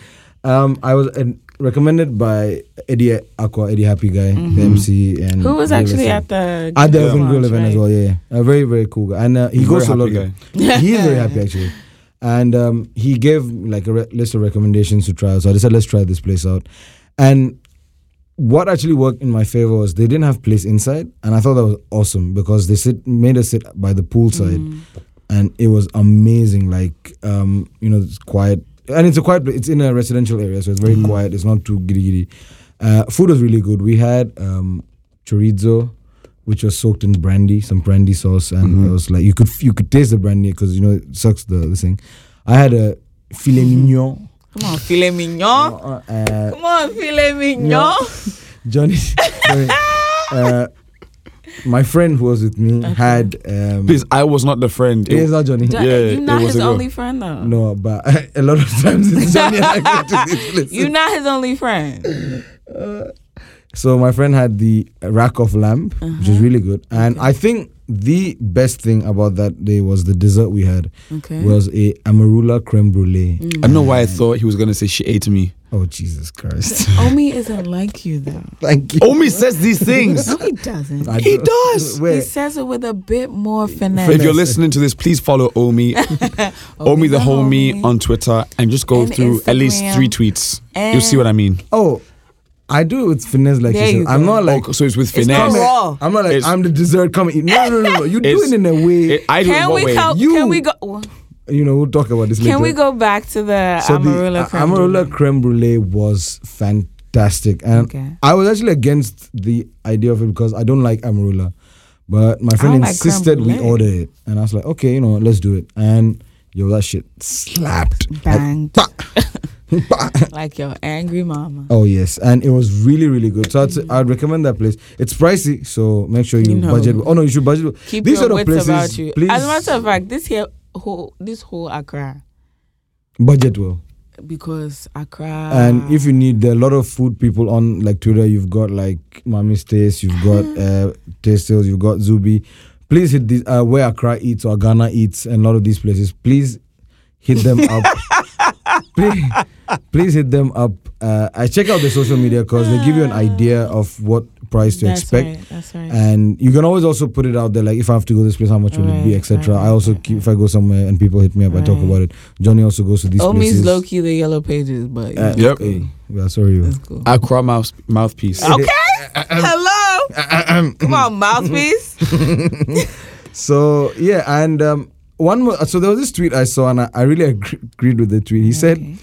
Um, I was uh, recommended by Eddie Aqua, Eddie Happy Guy, the MC, and Mm-hmm. Who was Lil actually Uzi. at the At the Grill Urban Grill Lounge, event as right? well, yeah, yeah. A very, very cool guy. And uh, he Very goes to a lot happy of He is very happy, actually. And um, he gave like a re- list of recommendations to try out. So I said, let's try this place out. And what actually worked in my favor was they didn't have place inside. And I thought that was awesome because they sit made us sit by the poolside. And it was amazing. Like, um, you know, it's quiet. And it's a quiet, it's in a residential area. So it's very quiet. It's not too giddy giddy. Uh, food was really good. We had um, chorizo, which was soaked in brandy, some brandy sauce, and it was like you could you could taste the brandy because you know it sucks the, the thing. I had a filet mignon, Come on, filet mignon. uh, uh, Come on, filet mignon. Yeah. Johnny. sorry, uh, my friend who was with me had. Um, Please, I was not the friend. it is not Johnny. Don't- Yeah, you not it was his a girl. only friend though. No, but a lot of times it's Johnny. and I go to these places. You not his only friend. So my friend had the rack of lamb, which Uh-huh. is really good, and I think the best thing about that day was the dessert we had Okay. Mm. was a amarula creme brulee. I don't know why I thought he was going to say she ate me. Oh Jesus Christ! Omi isn't like you though. Thank you. Omi says these things. No, Oh, he doesn't. I He do- does. He Wait, says it with a bit more finesse. if you're listening to this, please follow Omi, Omi the homie on Twitter, and just go Oh, And through at least Instagram. three tweets. You'll And- see what I mean. oh, I do it with finesse like There you you said. I'm go. not like oh, so it's with It's finesse. called raw. I'm not like It's- I'm the dessert coming. No, no, no, no. You do It's- it in a way. It- I do it Can what we way? go? You- Can we go? you know, we'll talk about this later. Can we go back to the So the Amarula a- creme Amarula brulee? creme brulee was fantastic, and Okay. I was actually against the idea of it because I don't like Amarula, but my friend don't like creme insisted we brulee. order it, and I was like, okay, you know, what, let's do it, and yo, that shit slapped. Banged. Like, bah. Like your angry mama. Oh yes, and it was really really good. So I'd, say- I'd recommend that place. It's pricey, so make sure you, You know. budget. Oh no, you should budget. Keep These your are the wits places. about you. Please As a matter of fact, this here whole this whole Accra budget well. because Accra and if you need, there are a lot of food people on like Twitter. You've got like Mommy's Taste, you've got uh, Taste Tales, you've got Zubi. Please hit these uh, where Accra eats or Ghana eats, and a lot of these places. Please hit them up. please, please hit them up. Uh, I check out the social media because they give you an idea of what price to that's expect. Right, that's right. and you can always also put it out there like if i have to go this place how much will it be Right, etc right, i also right, keep if i go somewhere and people hit me up i talk Right. about it johnny also goes to these Omi's places low key the yellow pages, but you Uh, know, Yep. hey, we are sorry you. it's cool. Accra mouth, mouthpiece. Okay. Uh, um, Hello. Come on, mouthpiece. so yeah and um one more. So there was this tweet I saw, and I, I really agree- agreed with the tweet. He said, Okay.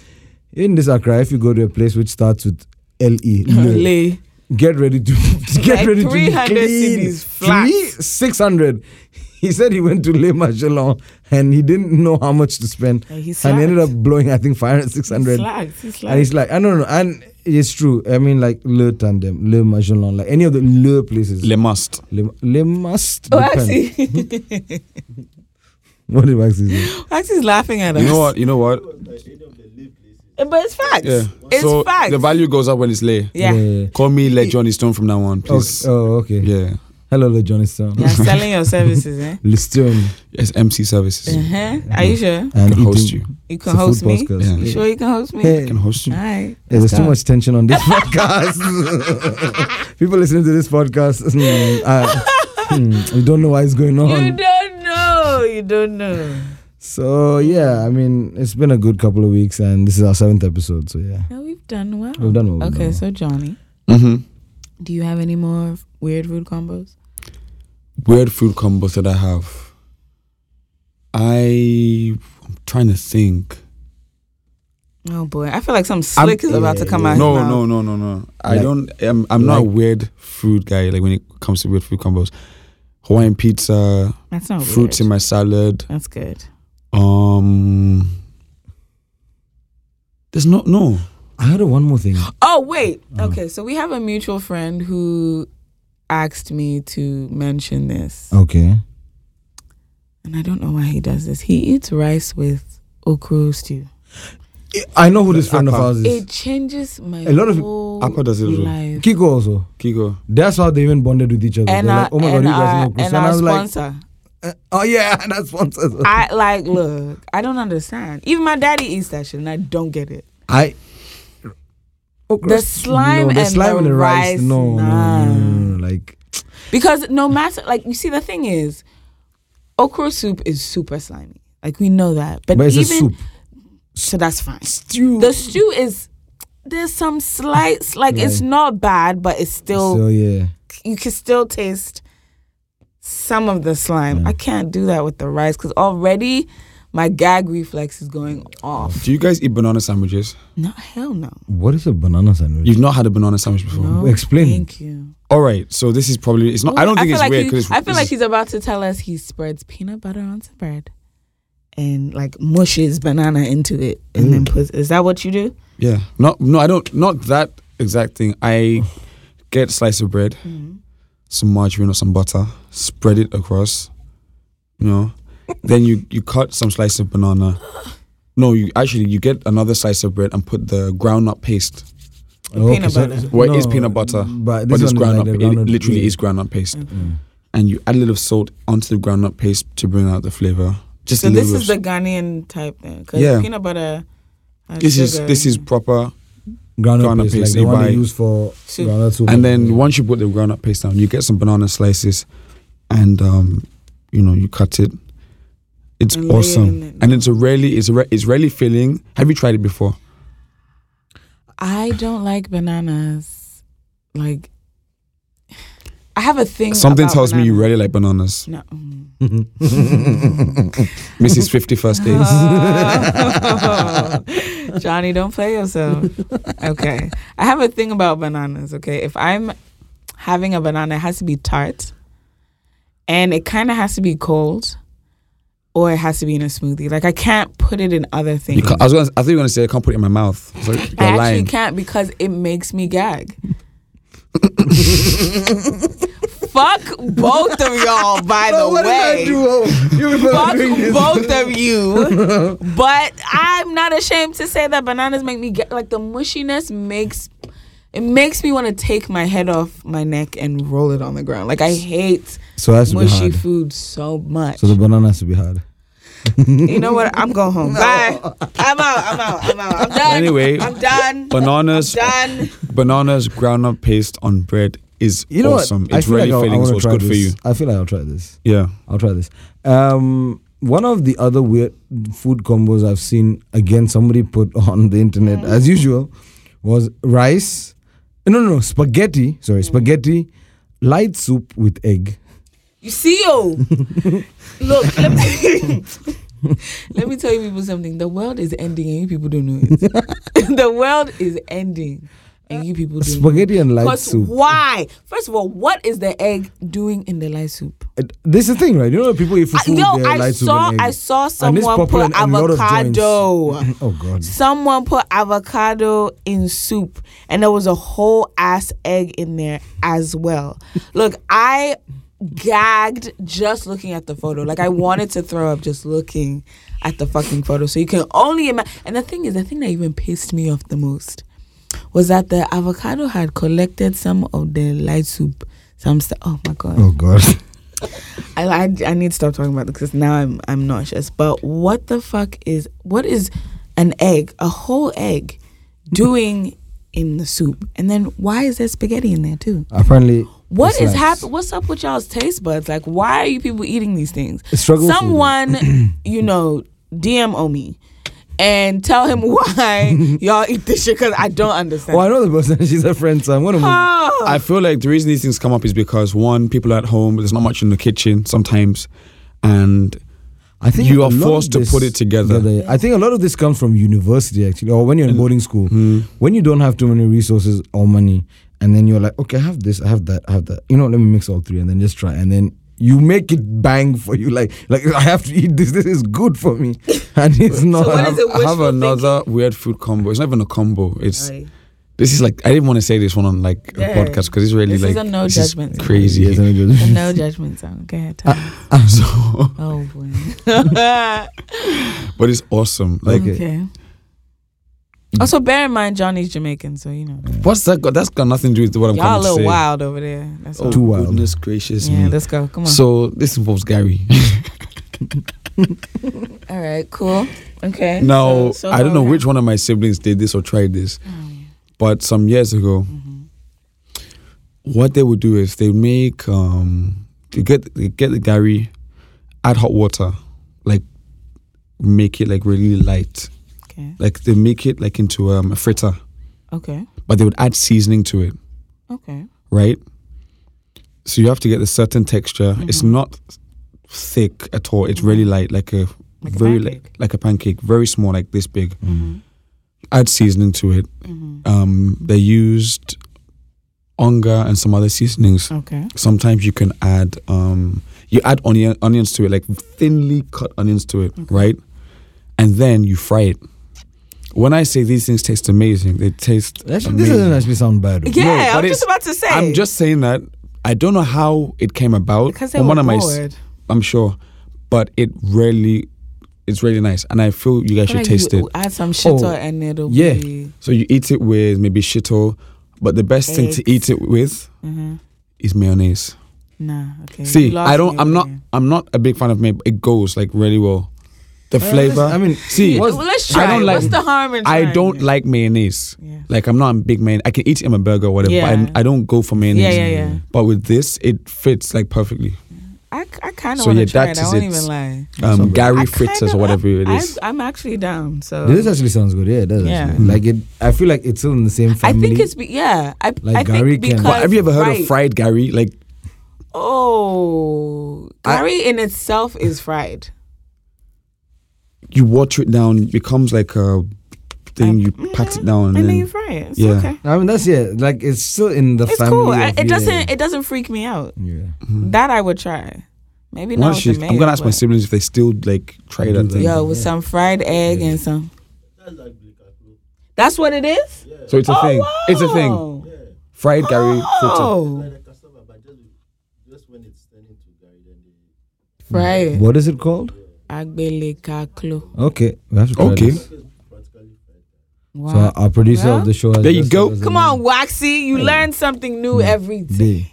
"In this Accra, if you go to a place which starts with L E, Lay. get ready to get Like ready to be 300 clean. cities flat. Three six hundred. He said he went to Le Magellan and he didn't know how much to spend, Like, he and he ended up slacked. blowing I think 500, 600. Slags, it's And he's like, I don't know, and it's true. I mean, like Le Tandem, Le Magellan, like any of the Le places. Le must. Le, Le must. Oh, depend. actually, What did Maxi say? Axie's laughing at us. You know what? You know what? Like any of the live places. Uh, But it's facts. Yeah. It's so facts. the value goes up when it's lay. yeah. yeah. Call me Le Johnny Stone from now on, Okay. please. Oh, okay. Yeah. Hello, Le Johnny Stone. You're selling your services, eh? Listone It's MC services. Uh-huh. Are you sure? and Can host eating- you. Ah. You It's a can host food me. podcast. Yeah. You sure you can host me? Hey. Can host you. All right. Yeah, there's too go. much tension on this podcast. People listening to this podcast, mm, uh, mm, you don't know why it's going You on. don't know. You don't know. So yeah, I mean, it's been a good couple of weeks, and this is our seventh episode. So yeah, No, we've done well. we've done what we've Okay, done. so Johnny, hmm do you have any more f- weird food combos? Weird food combos that I have. I I'm trying to think. Oh boy, I feel like something slick is about to come out. No, his mouth. no, no, no, no. I Like- don't. I'm, I'm not a like- weird food guy. Like when it comes to weird food combos, Hawaiian pizza, That's not fruits weird. in my salad. That's good. Um, there's not no. I heard of one more thing. Oh wait. Mm. Okay, so we have a mutual friend who asked me to mention this, Okay, and I don't know why he does this. He eats rice with okra stew. I know who this Like friend of Appa. ours is. It changes my A lot of- whole Appa does it as well. life. Kiko also. Kiko. That's how they even bonded with each other. And They're our, like, oh my god, and you guys our- know Chris. and And, I our was like, sponsor. uh, oh yeah, and our sponsors. I like look. I don't understand. Even my daddy eats that shit, and I don't get it. I. Oh, The slime no, the and slime the and the rice. rice, No, no, no, no, no, no, like Because no matter, like you see, the thing is, okra soup is super slimy. Like we know that, but, But it's a even soup. so, that's fine. stew. The stew is there's some slight, like it's not bad, but it's still so yeah. you can still taste some of the slime. I can't do that with the rice because already my gag reflex is going off. Do you guys eat banana sandwiches? No, hell no. What is a banana sandwich? You've not had a banana sandwich before. no explain. Thank you. All right. So this is probably. It's not. I don't think feel it's like weird he- because Oh, I feel like he's about to tell us he spreads peanut butter on some bread and like mushes banana into it and then puts. Is that what you do? Yeah. Not no, I don't not that exact thing. I get slice of bread, some margarine or some butter, spread it across, you know. then you you cut some slice of banana. No, you actually you get another slice of bread and put the ground up paste. peanut butter. Well, it is peanut butter, but but this it's one ground is up. like It the groundnut literally paste. is ground up paste. And you add a little salt onto the ground up paste to bring out the flavor. Just So a little this bit is of the Ghanaian type thing because Yeah. peanut butter. has this is sugar. this is proper ground up groundnut paste, like paste the you one they buy. use for Soup. groundnut soup. And then once you put the groundnut paste down, you get some banana slices, and um, you know you cut it. It's And lay it in awesome, it. and it's a really it's a re- it's really filling. Have you tried it before? I don't like bananas. Like, I have a thing. Something about tells me you bananas. really like bananas, No. mm. Mrs. Fifty First Days. Oh, Johnny, don't play yourself. Okay. I have a thing about bananas, okay? If I'm having a banana, it has to be tart and it kind of has to be cold or it has to be in a smoothie. Like, I can't put it in other You things. can't, I was gonna, I thought you were gonna say I can't put it in my mouth. It's like, I you're actually lying. can't because it makes me gag. Fuck both of y'all, by the what did way. I do? Oh, you people are Fuck doing this. both of you. But I'm not ashamed to say that bananas make me get like the mushiness makes it makes me want to take my head off my neck and roll it on the ground. Like I hate So it has to be mushy hard. food so much. So the banana has to be hard. you know what? I'm going home. Bye. I'm out. I'm out. I'm out. I'm done. Anyway, I'm done. Bananas, Done. bananas, groundnut paste on bread is You know awesome. what? I It's feel really like I- I filling, wanna so it's try good for this. you. I feel like I'll try this. Yeah. I'll try this. Um, one of the other weird food combos I've seen again somebody put on the internet as usual was Mm. rice. No, no, no, spaghetti. Sorry, spaghetti, light soup with egg. You see, oh, look. Let me, let me tell you people something. The world is ending, and you people don't know it. the world is ending, and you Mm. people don't. know it. Spaghetti and light 'Cause soup. why? First of all, what is the egg doing in the light soup? It- This is the thing, right? You know, people eat I, fufu yo, with their I light soup saw, and egg. I saw And it's someone popular put in a lot of joints. avocado. Oh God. Someone put avocado in soup, and there was a whole ass egg in there as well. Look, I gagged just looking at the photo. Like I wanted to throw up just looking at the fucking photo. So you can only imagine. And the thing is, the thing that even pissed me off the most was that the avocado had collected some of the light soup. Some stuff. Oh my god. Oh God. I, I, I need to stop talking about this because now I'm I'm nauseous. But what the fuck is what is an egg, a whole egg, doing in the soup? And then why is there spaghetti in there too? Apparently. What it's is nice. hap- What's up with y'all's taste buds? Like, why are you people eating these things? It's struggle food. Someone, you know, DM o me and tell him why y'all eat this shit because I don't understand. Oh, I know the person. She's a friend, so I'm gonna move. Oh. I feel like the reason these things come up is because one, people are at home, there's not much in the kitchen sometimes, and I think You a are lot of forced to this- put it together. Mm. I think a lot of this comes from university actually, or when you're in boarding school, when you don't have too many resources or money, and then you're like, okay, I have this, I have that, I have that. You know, let me mix all three and then just try, and then you make it bang for you. Like, like I have to eat this. This is good for me, and it's not. what I is have, it I have wishful another weird food combo. It's not even a combo. It's Sorry. this is like I didn't want to say this one on like Yeah. a podcast because it's really This is like a no this judgment zone. crazy. Yes, let me The just- no judgment zone. Go ahead. Tell me. so, oh boy. but it's awesome. Like, Okay. Okay. Mm. Also, bear in mind Johnny's Jamaican, so you know what's that? Got, that's got nothing to do with what I'm y'all a coming to little say. wild over there. That's Oh, all. Too wild. Goodness gracious Yeah, me. let's go. Come on. So this involves Gary. all right, cool. Okay. now I don't know which one of my siblings did this or tried this, Mm, but some years ago, what they would do is they would make um they get they get the Gary, add hot water, like make it like really light. Okay. Like they make it like into um, a fritter, Okay. but they would add seasoning to it, Okay. right? So you have to get a certain texture. Mm-hmm. It's not thick at all. It's really light, like a Like a very pancake. like, like a pancake, very small, like this big. Mhm. Add seasoning to it. Mhm. Um, they used onga and some other seasonings. Okay. Sometimes you can add um, you add onion onions to it, like thinly cut onions to it, right? And then you fry it. When I say these things taste amazing, they taste. Actually, this amazing. doesn't actually sound bad. though. Yeah, but I'm it's- just about to say. I'm just saying that I don't know how it came about. because they on were one of my, s- bored. I'm sure, but it really, it's really nice, and I feel you guys should Like, taste you it. Add some shit Oh, and it'll yeah. be. So you eat it with maybe shito, but the best thing to Eggs. eat it with Mhm. is mayonnaise. Nah. Okay. You See, lost I don't. me I'm over not. there. I'm not a big fan of mayonnaise. It goes like really well. The Uh, flavor. I mean, see, what's- Well, let's I try. don't it. like- What's the harm in I trying don't it? like mayonnaise. Yeah. Like I'm not a big man. I can eat it in my burger or whatever. Yeah. But I, I don't go for mayonnaise. Yeah, yeah, yeah. But with this, it fits like perfectly. I, I kind of So, want to yeah, try that it. I is won't it. even lie. Sounds Um, good. Gary I fritters kinda- or whatever it I- is. I'm actually down. So This actually sounds good. Yeah, it does. Yeah. Actually. Like it. I feel like it's still in the same I family. think it's be, yeah. I, Like I Gary can- think because But have you ever heard right. of fried Gary? Like Oh, I- Gary in itself is fried. you water it down, it becomes like a thing. I- You pat it Mm-hmm. And down, and, then then, you fry it. It's yeah. okay. I mean, that's yeah. Like it's still in the It's family. cool. I, of- it yeah. doesn't. It doesn't freak me out. Yeah. Mhm. That I would try. Maybe not. Once With you- the mayo, I'm gonna ask my but- siblings if they still like try Do that thing. Yo, with some fried egg Yeah. and some. That's like Blikaku. That's what it is. Yeah. So it's a Oh, thing. It's a thing. wow. yeah. Fried Gary fritter. Oh, Like a cassava, but just, just when it's turning to Gary, then they. fried What is it called? agbele kaklo. Okay, we have to try Okay. this. It's practically fried. So Wow. our, our producer Well, of the show. Has there you just go. taught us the Come on, Waxy. You learn something new every name. day. Day.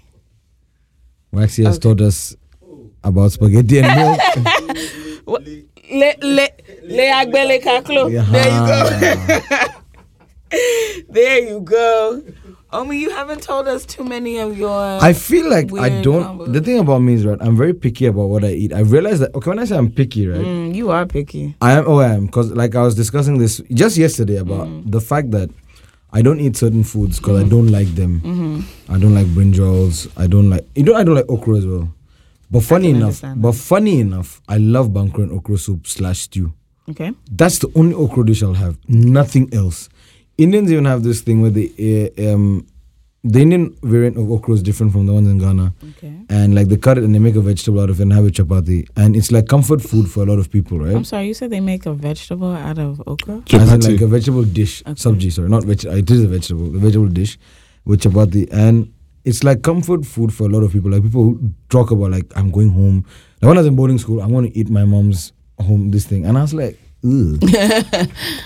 Waxy has taught us about spaghetti and milk. What? Le, le, le agbele kaklo. There you go. go. There you go. Omi, you haven't told us too many of your. I feel like I Weird don't. combo. The thing about me is right. I'm very picky about what I eat. I realized that. Okay, when I say I'm picky, right. Mm, you are picky. I am. Oh, I am. Because like I was discussing this just yesterday about Mm-hmm. the fact that I don't eat certain foods Mm-hmm. because I don't like them. I don't like brinjals. I don't like. You know, I don't like okra as well. But funny can enough, understand but that. funny enough, I love bankro and okra soup slash stew. Okay. That's the only okra dish I'll have. Nothing else. Indians even have this thing where they uh, um, the Indian variant of okra is different from the ones in Ghana, Okay. and like they cut it and they make a vegetable out of it and have a chapati, and it's like comfort food for a lot of people, right? I'm sorry, you said they make a vegetable out of okra? As in Chapati. like a vegetable dish, Okay. sabji, sorry, not veg. uh, It is a vegetable, a vegetable dish with chapati, and it's like comfort food for a lot of people. Like people who talk about like I'm going home. Like when I was in boarding school, I want to eat my mom's home this thing, and I was like, Ugh.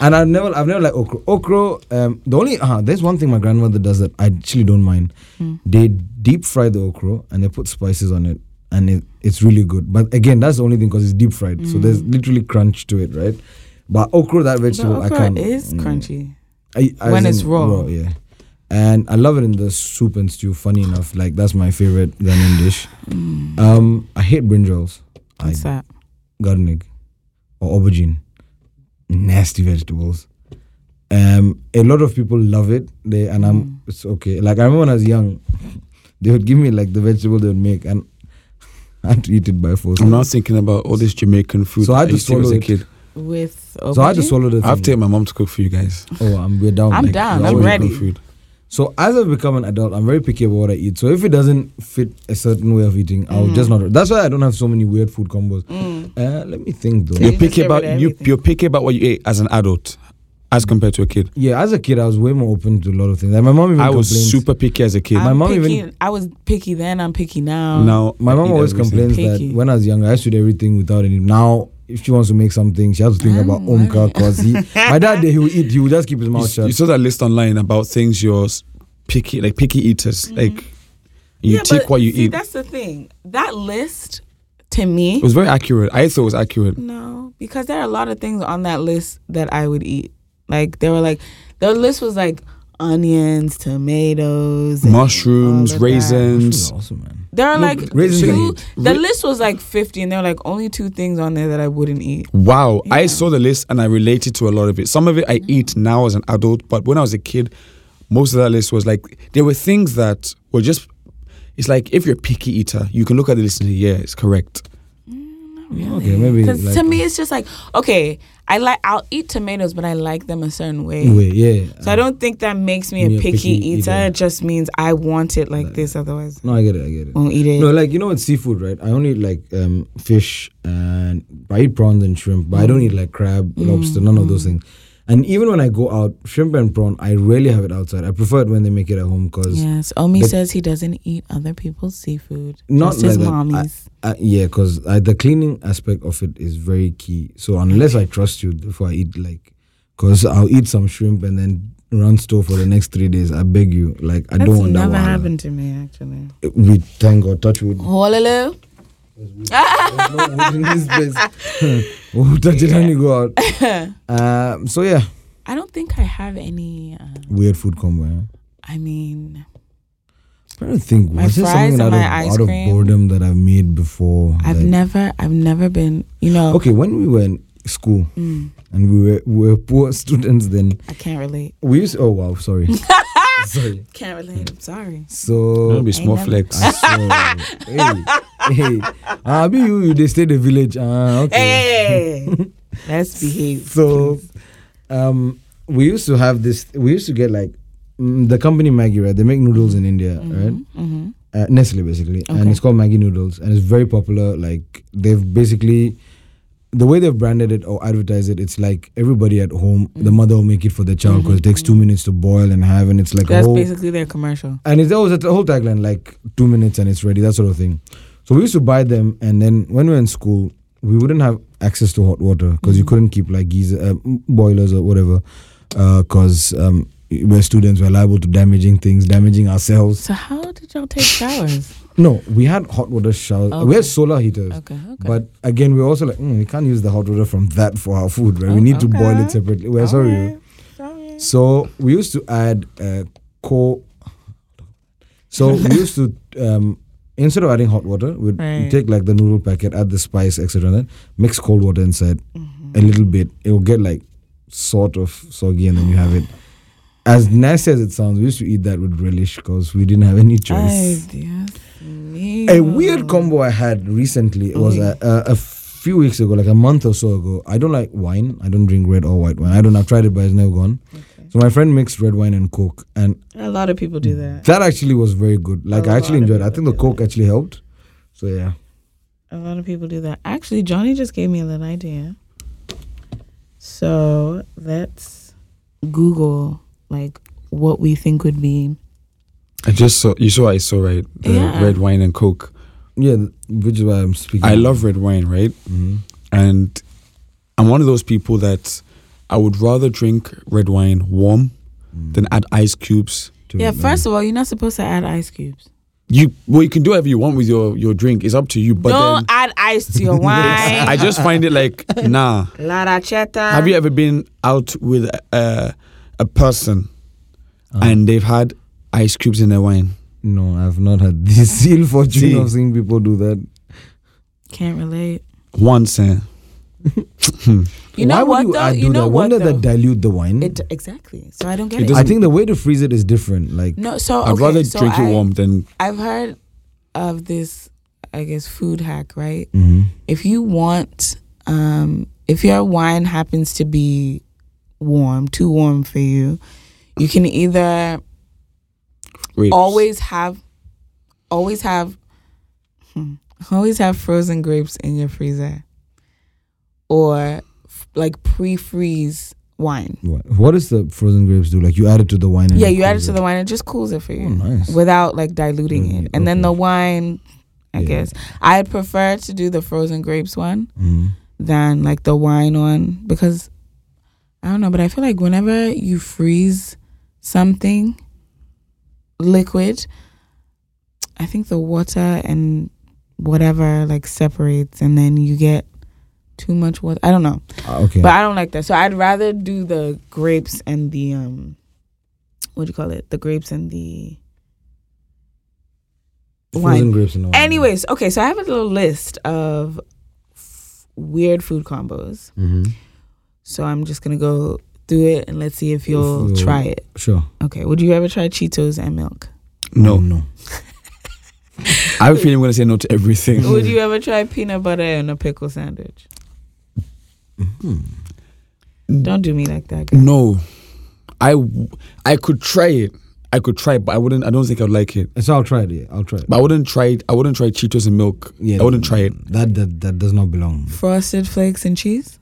and I've never, I've never like okra. Okra. Um, the only uh, there's one thing my grandmother does that I actually don't mind. Hmm. They deep fry the okra and they put spices on it, and it, it's really good. But again, that's the only thing because it's deep fried, so there's literally crunch to it, right? But okra, that Hmm. But vegetable, I okra can't. is mm. crunchy. I- as When it's in raw. yeah. And I love it in the soup and stew. Funny enough, like that's my favorite Ghanaian dish. Um, I hate brinjals. I Mm. What's that? garlic or aubergine. Nasty vegetables. Um, a lot of people love it. They and I'm Mm. it's okay. Like I remember when I was young, they would give me like the vegetable they would make and I had to eat it by force. I'm now thinking about all this Jamaican food. So I had to used eat as swallow a it. kid. With so I had to aubergine? swallow the I have to thing. get my mom to cook for you guys. Oh, I'm we're down. I'm like, down, we're I'm always Jamaican ready. Food. So as I've become an adult, I'm very picky about what I eat. So if it doesn't fit a certain way of eating, I'll Mm. just not. That's why I don't have so many weird food combos. Uh, let me think though. Yeah, You're you just picky get rid about of you. everything. You're picky about what you ate as an adult, as compared to a kid. Yeah, as a kid, I was way more open to a lot of things. Like my mom even I was complains. super picky as a kid. I'm My mom picky, even- I was picky then, I'm picky now. now My I mom eat always everything. complains Picky. that when I was younger, I used to do everything without any. Now, if she wants to make something, she has to think about Oh, my. omka because he. My dad, he will eat. He will just keep his You, mouth s- you shut. saw that list online about things you're s- picky, like picky eaters. Like you Mm. Yeah, take but what you see, eat. That's the thing. That list to me It was very accurate. I thought it was accurate. No, because there are a lot of things on that list that I would eat. Like they were like their list was like onions, tomatoes, and Mushrooms, all Mushrooms of that. raisins. are awesome, man. There are No, like raisins two. can The Ra- list was like fifty, and there were like only two things on there that I wouldn't eat. Wow, I Yeah. Mm. saw the list and I related to a lot of it. Some of it I eat now as an adult, but when I was a kid, most of that list was like there were things that were just. It's like if you're a picky eater, you can look at the list and say, yeah, it's correct. Okay, maybe. Because Like, to me, it's just like okay, I like I'll eat tomatoes, but I like them a certain way. anyway, yeah. So I don't think that makes me a Me a picky, picky eater. eater. It just means I want it like this. Otherwise, no, I get it. I get it. won't eat it. No, like you know, it's seafood, right? I only eat, like um, fish and I eat prawns and shrimp, but I Mm. don't eat like crab, lobster, none of those things. And even when I go out, shrimp and prawn, I rarely have it outside. I prefer it when they make it at home because Yes, Omi But- says he doesn't eat other people's seafood. Not just his like that. mommy's. Uh, yeah, because uh, the cleaning aspect of it is very key. So unless I trust you before I eat, like, because I'll eat some shrimp and then run store for the next three days. I beg you, like, I That's don't want that never one. happened to me actually. We thank God, touch wood. Hallelujah. There's no wood in this place. we'll touch it when we go out. Um, so yeah, I don't think I have any. Uh, weird food combo. Huh? I mean, I don't think My was there fries something out and of, my ice out of cream. boredom that I've made before. I've that- never, I've never been. You know, Okay, when we were in school mm, and we were we were poor students then. I can't relate. We used oh wow, sorry. sorry. Can't relate. I'm sorry. So Don't be small never- flex. I saw- hey, hey. Ah, be you, you they stay the village. Ah, okay. Hey, let's behave. So um we used to have this we used to get like mm, the company Maggie, right? They make noodles in India, right? Mm-hmm. Uh, Nestle basically. And Okay. it's called Maggie Noodles and it's very popular. Like they've basically the way they've branded it or advertised it, it's like everybody at home, the Mm. mother will make it for the child because it takes two minutes to boil and have, and it's like a Mm-hmm. That's whole basically their commercial. and it's always a whole tagline like two minutes and it's ready that sort of thing so we used to buy them and then when we were in school we wouldn't have access to hot water because Mm. you couldn't keep like geyser uh, m- boilers or whatever because um, we're students we're liable to damaging things damaging ourselves So how did y'all take showers? no we had hot water showers we had Okay. solar heaters okay, okay. But again, we're also like, mm, we can't use the hot water from that for our food, right? we Oh, need to okay. boil it separately. We're sorry. Alright, sorry. So we used to add uh, co. So we used to um, instead of adding hot water, we'd Right. take like the noodle packet, add the spice, etc. and Then mix cold water inside a little bit. It will get like sort of soggy, and then you have it. as nasty as it sounds, we used to eat that with relish because we didn't have any Ay, choice. Dios A mío. weird combo I had recently was Oh, yeah. a, a, a few weeks ago, like a month or so ago. I don't like wine. I don't drink red or white wine. I don't. I've tried it, but it's never gone. So my friend mixed red wine and coke, and A lot of people do that. that actually was very good. Like A I actually lot of enjoyed. it. I people think the do coke actually helped. So yeah, A lot of people do that. Actually, Johnny just gave me a little idea. So let's Google like what we think would be. Mm-hmm. I just saw you saw I saw right the Yeah. red wine and coke. yeah, th- which is why I'm speaking. I love red wine, right? Mhm. And I'm one of those people that I would rather drink red wine warm than add ice cubes. To yeah, it, man. first of all, you're not supposed to add ice cubes. You well, you can do whatever you want with your your drink. It's up to you. But Don't then add ice to your wine. I just find it like nah. La racheta. Have you ever been out with a a person and they've had ice cubes in their wine? No, I've not had the ill fortune See. of seeing people do that. e- Can't relate. Once, eh? You know Why would what you though? add- You do know that? what Wouldn't that though? dilute the wine? It exactly. So I don't get it. It I doesn't- think the way to freeze it is different. Like no. So I'd okay, rather so drink I, it warm than I've heard of this, I guess, food hack, right? Mhm. If you want, um, if your wine happens to be warm, too warm for you, you can either grapes. always have, always have, hmm, always have frozen grapes in your freezer, or f- like pre-freeze wine. What, what does the frozen grapes do? Like you add it to the wine. And Yeah, you add it to the wine; it just cools it for you. Oh, nice. without like diluting Mm, it. And then okay. the wine, I Yeah. guess I'd prefer to do the frozen grapes one Mhm. than like the wine one because I don't know, but I feel like whenever you freeze something liquid, I think the water and whatever like separates and then you get too much water. I don't know. Ah, okay. But I don't like that. So I'd rather do the grapes and the um what do you call it? The grapes and the frozen wine. grapes and wine. Anyways, okay, so I have a little list of f- weird food combos. Mm-hmm. hmm So I'm just going to go through it and let's see if you'll you'll- try it. Sure. Okay, would you ever try Cheetos and milk? Oh, no. no. I have a feeling I'm gonna say no to everything. would you ever try peanut butter and a pickle sandwich? Don't do me like that. Girl. No, I w- I could try it. I could try it, but I wouldn't. I don't think I'd like it. So I'll try it. Yeah, I'll try it. But I wouldn't try it. I wouldn't try Cheetos and milk. yeah, I wouldn't try it. That that that does not belong. Frosted flakes and cheese?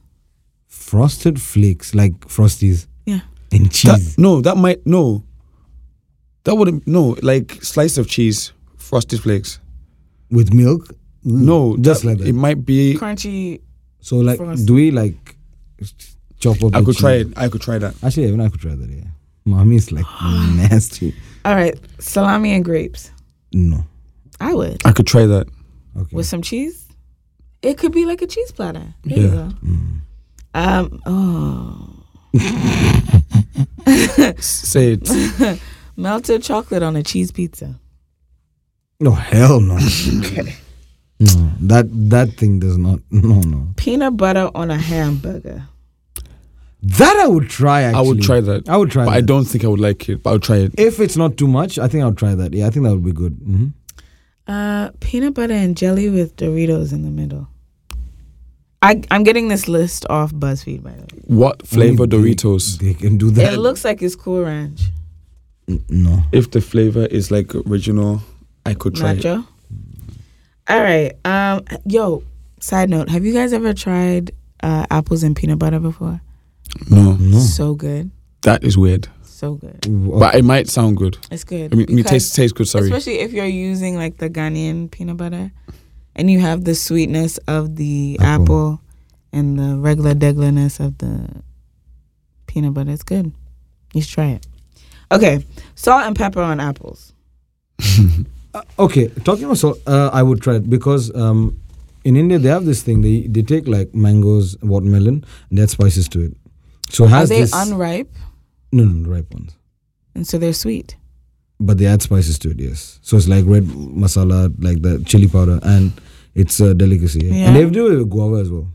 Frosted flakes, like frosties Yeah. and That, cheese. no, that might no. That wouldn't no like slice of cheese, frosted flakes. with milk. Mm, No, just that- like that. It might be. Crunchy so like, Frosted. do we like chop up? I the could try cheese? it. I could try that. Actually, even I could try that. Yeah, mommy's like nasty. All right, salami and grapes. No. I would I could try that. Okay. with some cheese. It could be like a cheese platter. There you Yeah. go. Um. Oh, S- Say it. melted chocolate on a cheese pizza. No Oh, hell no. No, that that thing does not. No, no. Peanut butter on a hamburger. That I would try. I Actually, would try that. I would try. But I that. don't think I would like it. But I'll try it. If it's not too much, I think I'll try that. Yeah, I think that would be good. hmm Uh, peanut butter and jelly with Doritos in the middle. I I'm getting this list off BuzzFeed by the way. Mm, What flavor Only they- Doritos? They can do that. It looks like it's Cool Ranch. N- no. If the flavor is like original, I could try it. Nacho. All right. Um. Yo. Side note: Have you guys ever tried uh, apples and peanut butter before? No, No. So good. that is weird. So good. But it might sound good. It's good. I mean, it because- tastes tastes good. Sorry. Especially if you're using like the Ghanaian peanut butter, and you have the sweetness of the Apple. apple, and the regular degliness of the peanut butter. It's good. You should try it. Okay, salt and pepper on apples. Uh, okay, talking about salt, uh, I would try it because um, in India they have this thing. They they take like mangoes, watermelon, and they add spices to it. So it Are has they this unripe? no no the ripe ones, And so they're sweet. but they add spices to it. Yes, so it's like red masala, like the chili powder, and it's a delicacy. Yeah. And Yeah. they do it with guava as well.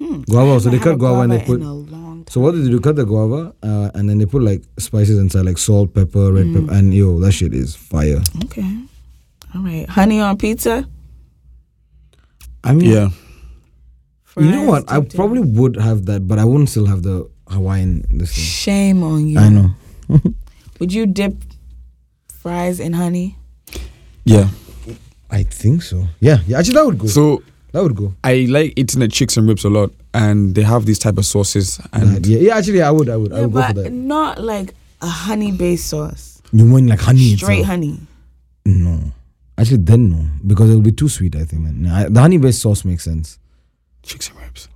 Hmm. Guava also I they haven't cut had a guava and they guava put in a long So what did they do? Cut the guava, uh, and then they put like spices inside, like salt, pepper, red Mm. pepper, and yo, that shit is fire. Okay. All right. Honey on pizza. I mean, Yeah. you know what? Fries, I dip, dip. probably would have that, but I wouldn't still have the Hawaiian this thing. Shame on you. I know. Would you dip fries in honey? Yeah. I think so. Yeah, yeah. Actually, that would go. So that would go. I like eating the chicks and ribs a lot, and they have these type of sauces. And That- yeah, yeah. Actually, I would. I would. I would go for but that. not like a honey based sauce. You want like honey? Straight itself? honey. No. Actually, then no, because it will be too sweet. I think. Man. Nah, the honey-based sauce makes sense. chicks and ribs,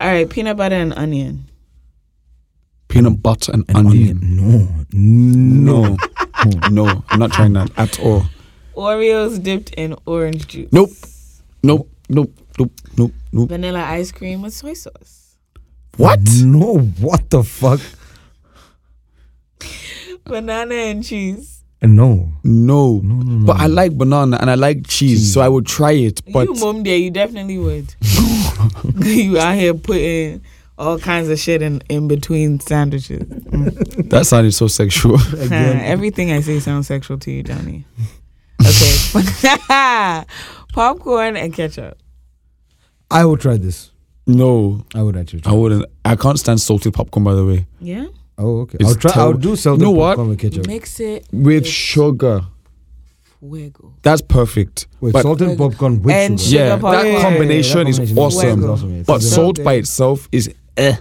All right, peanut butter and onion. peanut butter and, And onion. No. No. No, no, I'm not trying that at all. Oreos dipped in orange juice. Nope, nope, nope, nope, nope, nope. Vanilla ice cream with soy sauce. What? No. What the fuck? Banana and cheese. No. No. No. No. no. But I like banana and I like cheese, so I would try it. But you mom there, you definitely would. you out here putting all kinds of shit in, in between sandwiches. Mm. that sounded so sexual. Huh, Everything I say sounds sexual to you, Johnny. Okay. Popcorn and ketchup. I would try this. no, I would actually. Try. I wouldn't. I can't stand salted popcorn. By the way, Yeah. Oh, okay. It's I'll try. I'll terrible. do sell You know what? popcorn with ketchup. Mix it with Yes. sugar, fuego. that's perfect. Wait, but salted Like- popcorn with and sugar. sugar yeah, powder. that Yeah, combination yeah, yeah, is that awesome. combination Fuego. It's But awesome. salt Something. by itself is eh.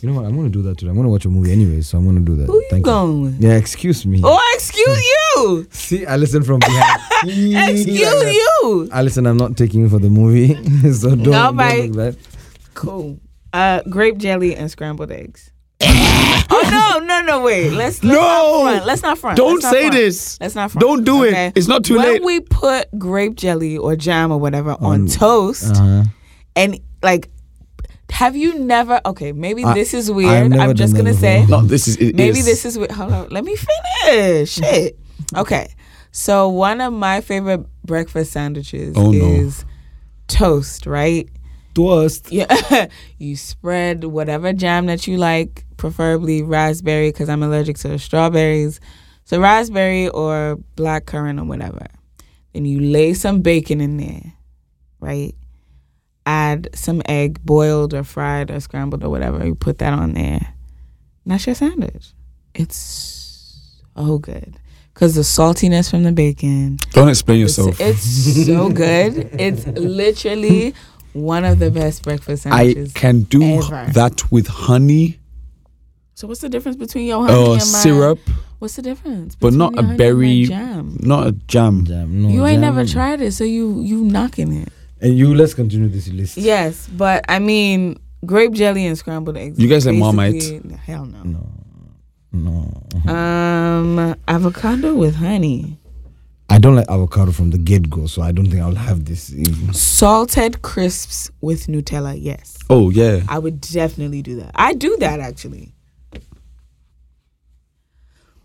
You know what? I'm gonna do that today. I'm gonna watch a movie anyway, so I'm gonna do that. Who you Thank going with? you. Yeah, excuse me. Oh, excuse you. See, I listen from behind. Excuse you. Alison, I'm not taking you for the movie, so don't, No, don't mate. look that. Cool. Uh, grape jelly and scrambled eggs. oh no, no, no! Wait, let's, let's No! Not front. Let's not front. Don't Let's not say front. this. Let's not front. Don't do okay? it. It's not too when late. Mm. we put grape jelly or jam or whatever on On- toast, Uh. Uh-huh. and like, have you never? Okay, maybe I- this is I've weird. never I'm just done that gonna say before. no, this is it maybe is. this is weird. Hold on, let me finish. Shit. Okay, so one of my favorite breakfast sandwiches Oh, no. is toast, right? Toast. Yeah, you spread whatever jam that you like, preferably raspberry, because I'm allergic to strawberries. So raspberry or black currant or whatever. Then you lay some bacon in there, right? Add some egg, boiled or fried or scrambled or whatever. You put that on there. And that's your sandwich. It's so good because the saltiness from the bacon. Don't explain It's, yourself. it's so good. It's literally one of the best breakfast I sandwiches. can do ever. that with honey so what's the difference between your honey or and Oh, syrup, My, what's the difference? but between not your honey a and berry, Oh, my jam. not a jam. Jam, no, You ain't jam. never tried it, so you you knocking it. And you, let's continue this list. Yes, but I mean grape jelly and scrambled eggs. You guys like basically- Hell no. No. No. Mm-hmm. Um, avocado with honey, I don't like avocado from the get go, so I don't think I'll have this. Even. salted crisps with Nutella. Yes, Oh yeah, I would definitely do that. I do that actually.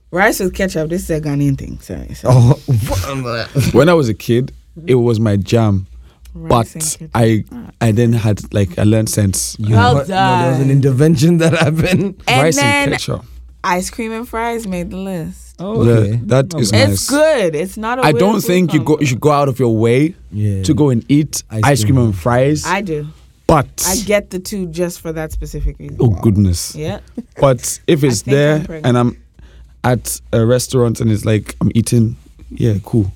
Rice with ketchup. This is a Ghanaian thing. Sorry. sorry. Oh, what? when I was a kid, it was my jam. Rice and But ketchup. I, Ah. I then had like I learned sense. You Well what? No, there was an done. intervention that happened. and rice then and ketchup. ice cream and fries made the list. Oh, Yeah, that is bad. nice. It's good. It's not. I I don't think you go. You should go out of your way Yeah. to go and eat Ice ice, cream. cream and fries. I do. but I get the two just for that specific reason. oh goodness. Yeah. But if it's think I'm there pregnant. and I'm at a restaurant and it's like I'm eating, yeah, cool.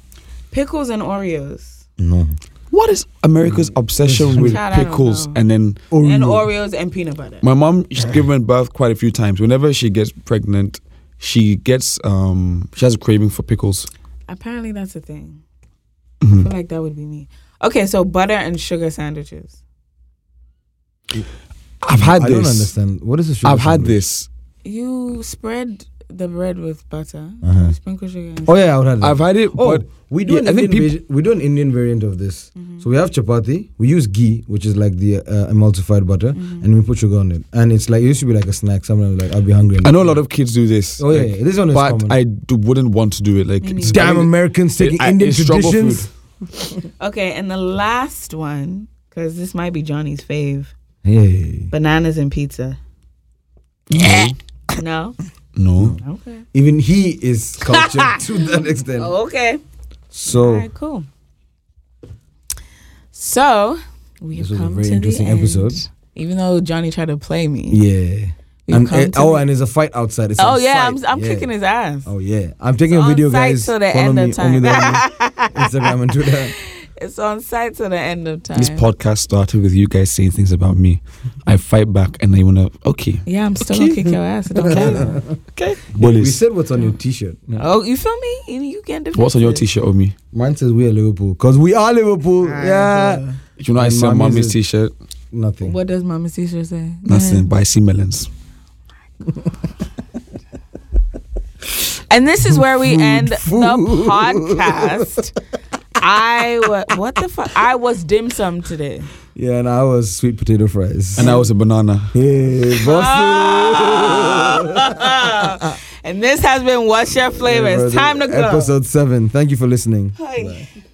Pickles and Oreos. No. What is America's Mm. obsession with Child, I don't pickles? know. And then And Oreos and peanut butter. my mom, she's given birth quite a few times. Whenever she gets pregnant, she gets um she has a craving for pickles. Apparently that's a thing. I Mhm. feel like that would be me. Okay, so butter and sugar sandwiches. I've had I this. don't understand. What is a sugar I've had sandwich? this. You spread the bread with butter, Uh-huh. sprinkle sugar. And Oh, yeah, I would have that. I've had it, Oh, but we do yeah, an I think Indian peop- vari- we do an Indian variant of this. Mm-hmm. So we have chapati. We use ghee, which is like the uh, emulsified butter, Mm-hmm. and we put sugar on it. And it's like it used to be like a snack. Sometimes like I'll be hungry. and- I know a lot of kids do this. Oh yeah, like, yeah, this one is but common. I d- wouldn't want to do it. Like Me it's- Damn Americans I- taking I- Indian it's struggle traditions. food. Okay, and the last one, because this might be Johnny's fave, Hey, bananas and pizza. Mm-hmm. No. No. Okay. Even he is cultured to that extent. Oh, okay. All So right, cool. So we have This was a come very to interesting the end. episode. Even though Johnny tried to play me. yeah, We've and come uh, to oh, the- and there's a fight outside. It's oh on yeah, site. I'm, I'm Yeah. kicking his ass. Oh yeah, I'm taking a on video, site guys. till the Follow end me of time. only there on Instagram and Twitter. It's on site till the end of time. This podcast started with you guys saying things about me. I fight back and I wanna okay. yeah, I'm still gonna kick your ass. It don't matter. We Bullies. said what's on your T-shirt. Oh, you feel me? You, you get defensive. What's on your t shirt of me? Mine says we are Liverpool because we are Liverpool. yeah, You know I And see a mommy's mommy's is- t shirt. nothing. What does Mama's teacher say? Nothing, but I see melons. And this is where we end the podcast. I wa- what the fuck? I was dim sum today. Yeah, and I was sweet potato fries. And I was a banana. hey, bosses. Ah. and this has been What's Your Flavor? It's time to go. Episode seven. Thank you for listening. Hi.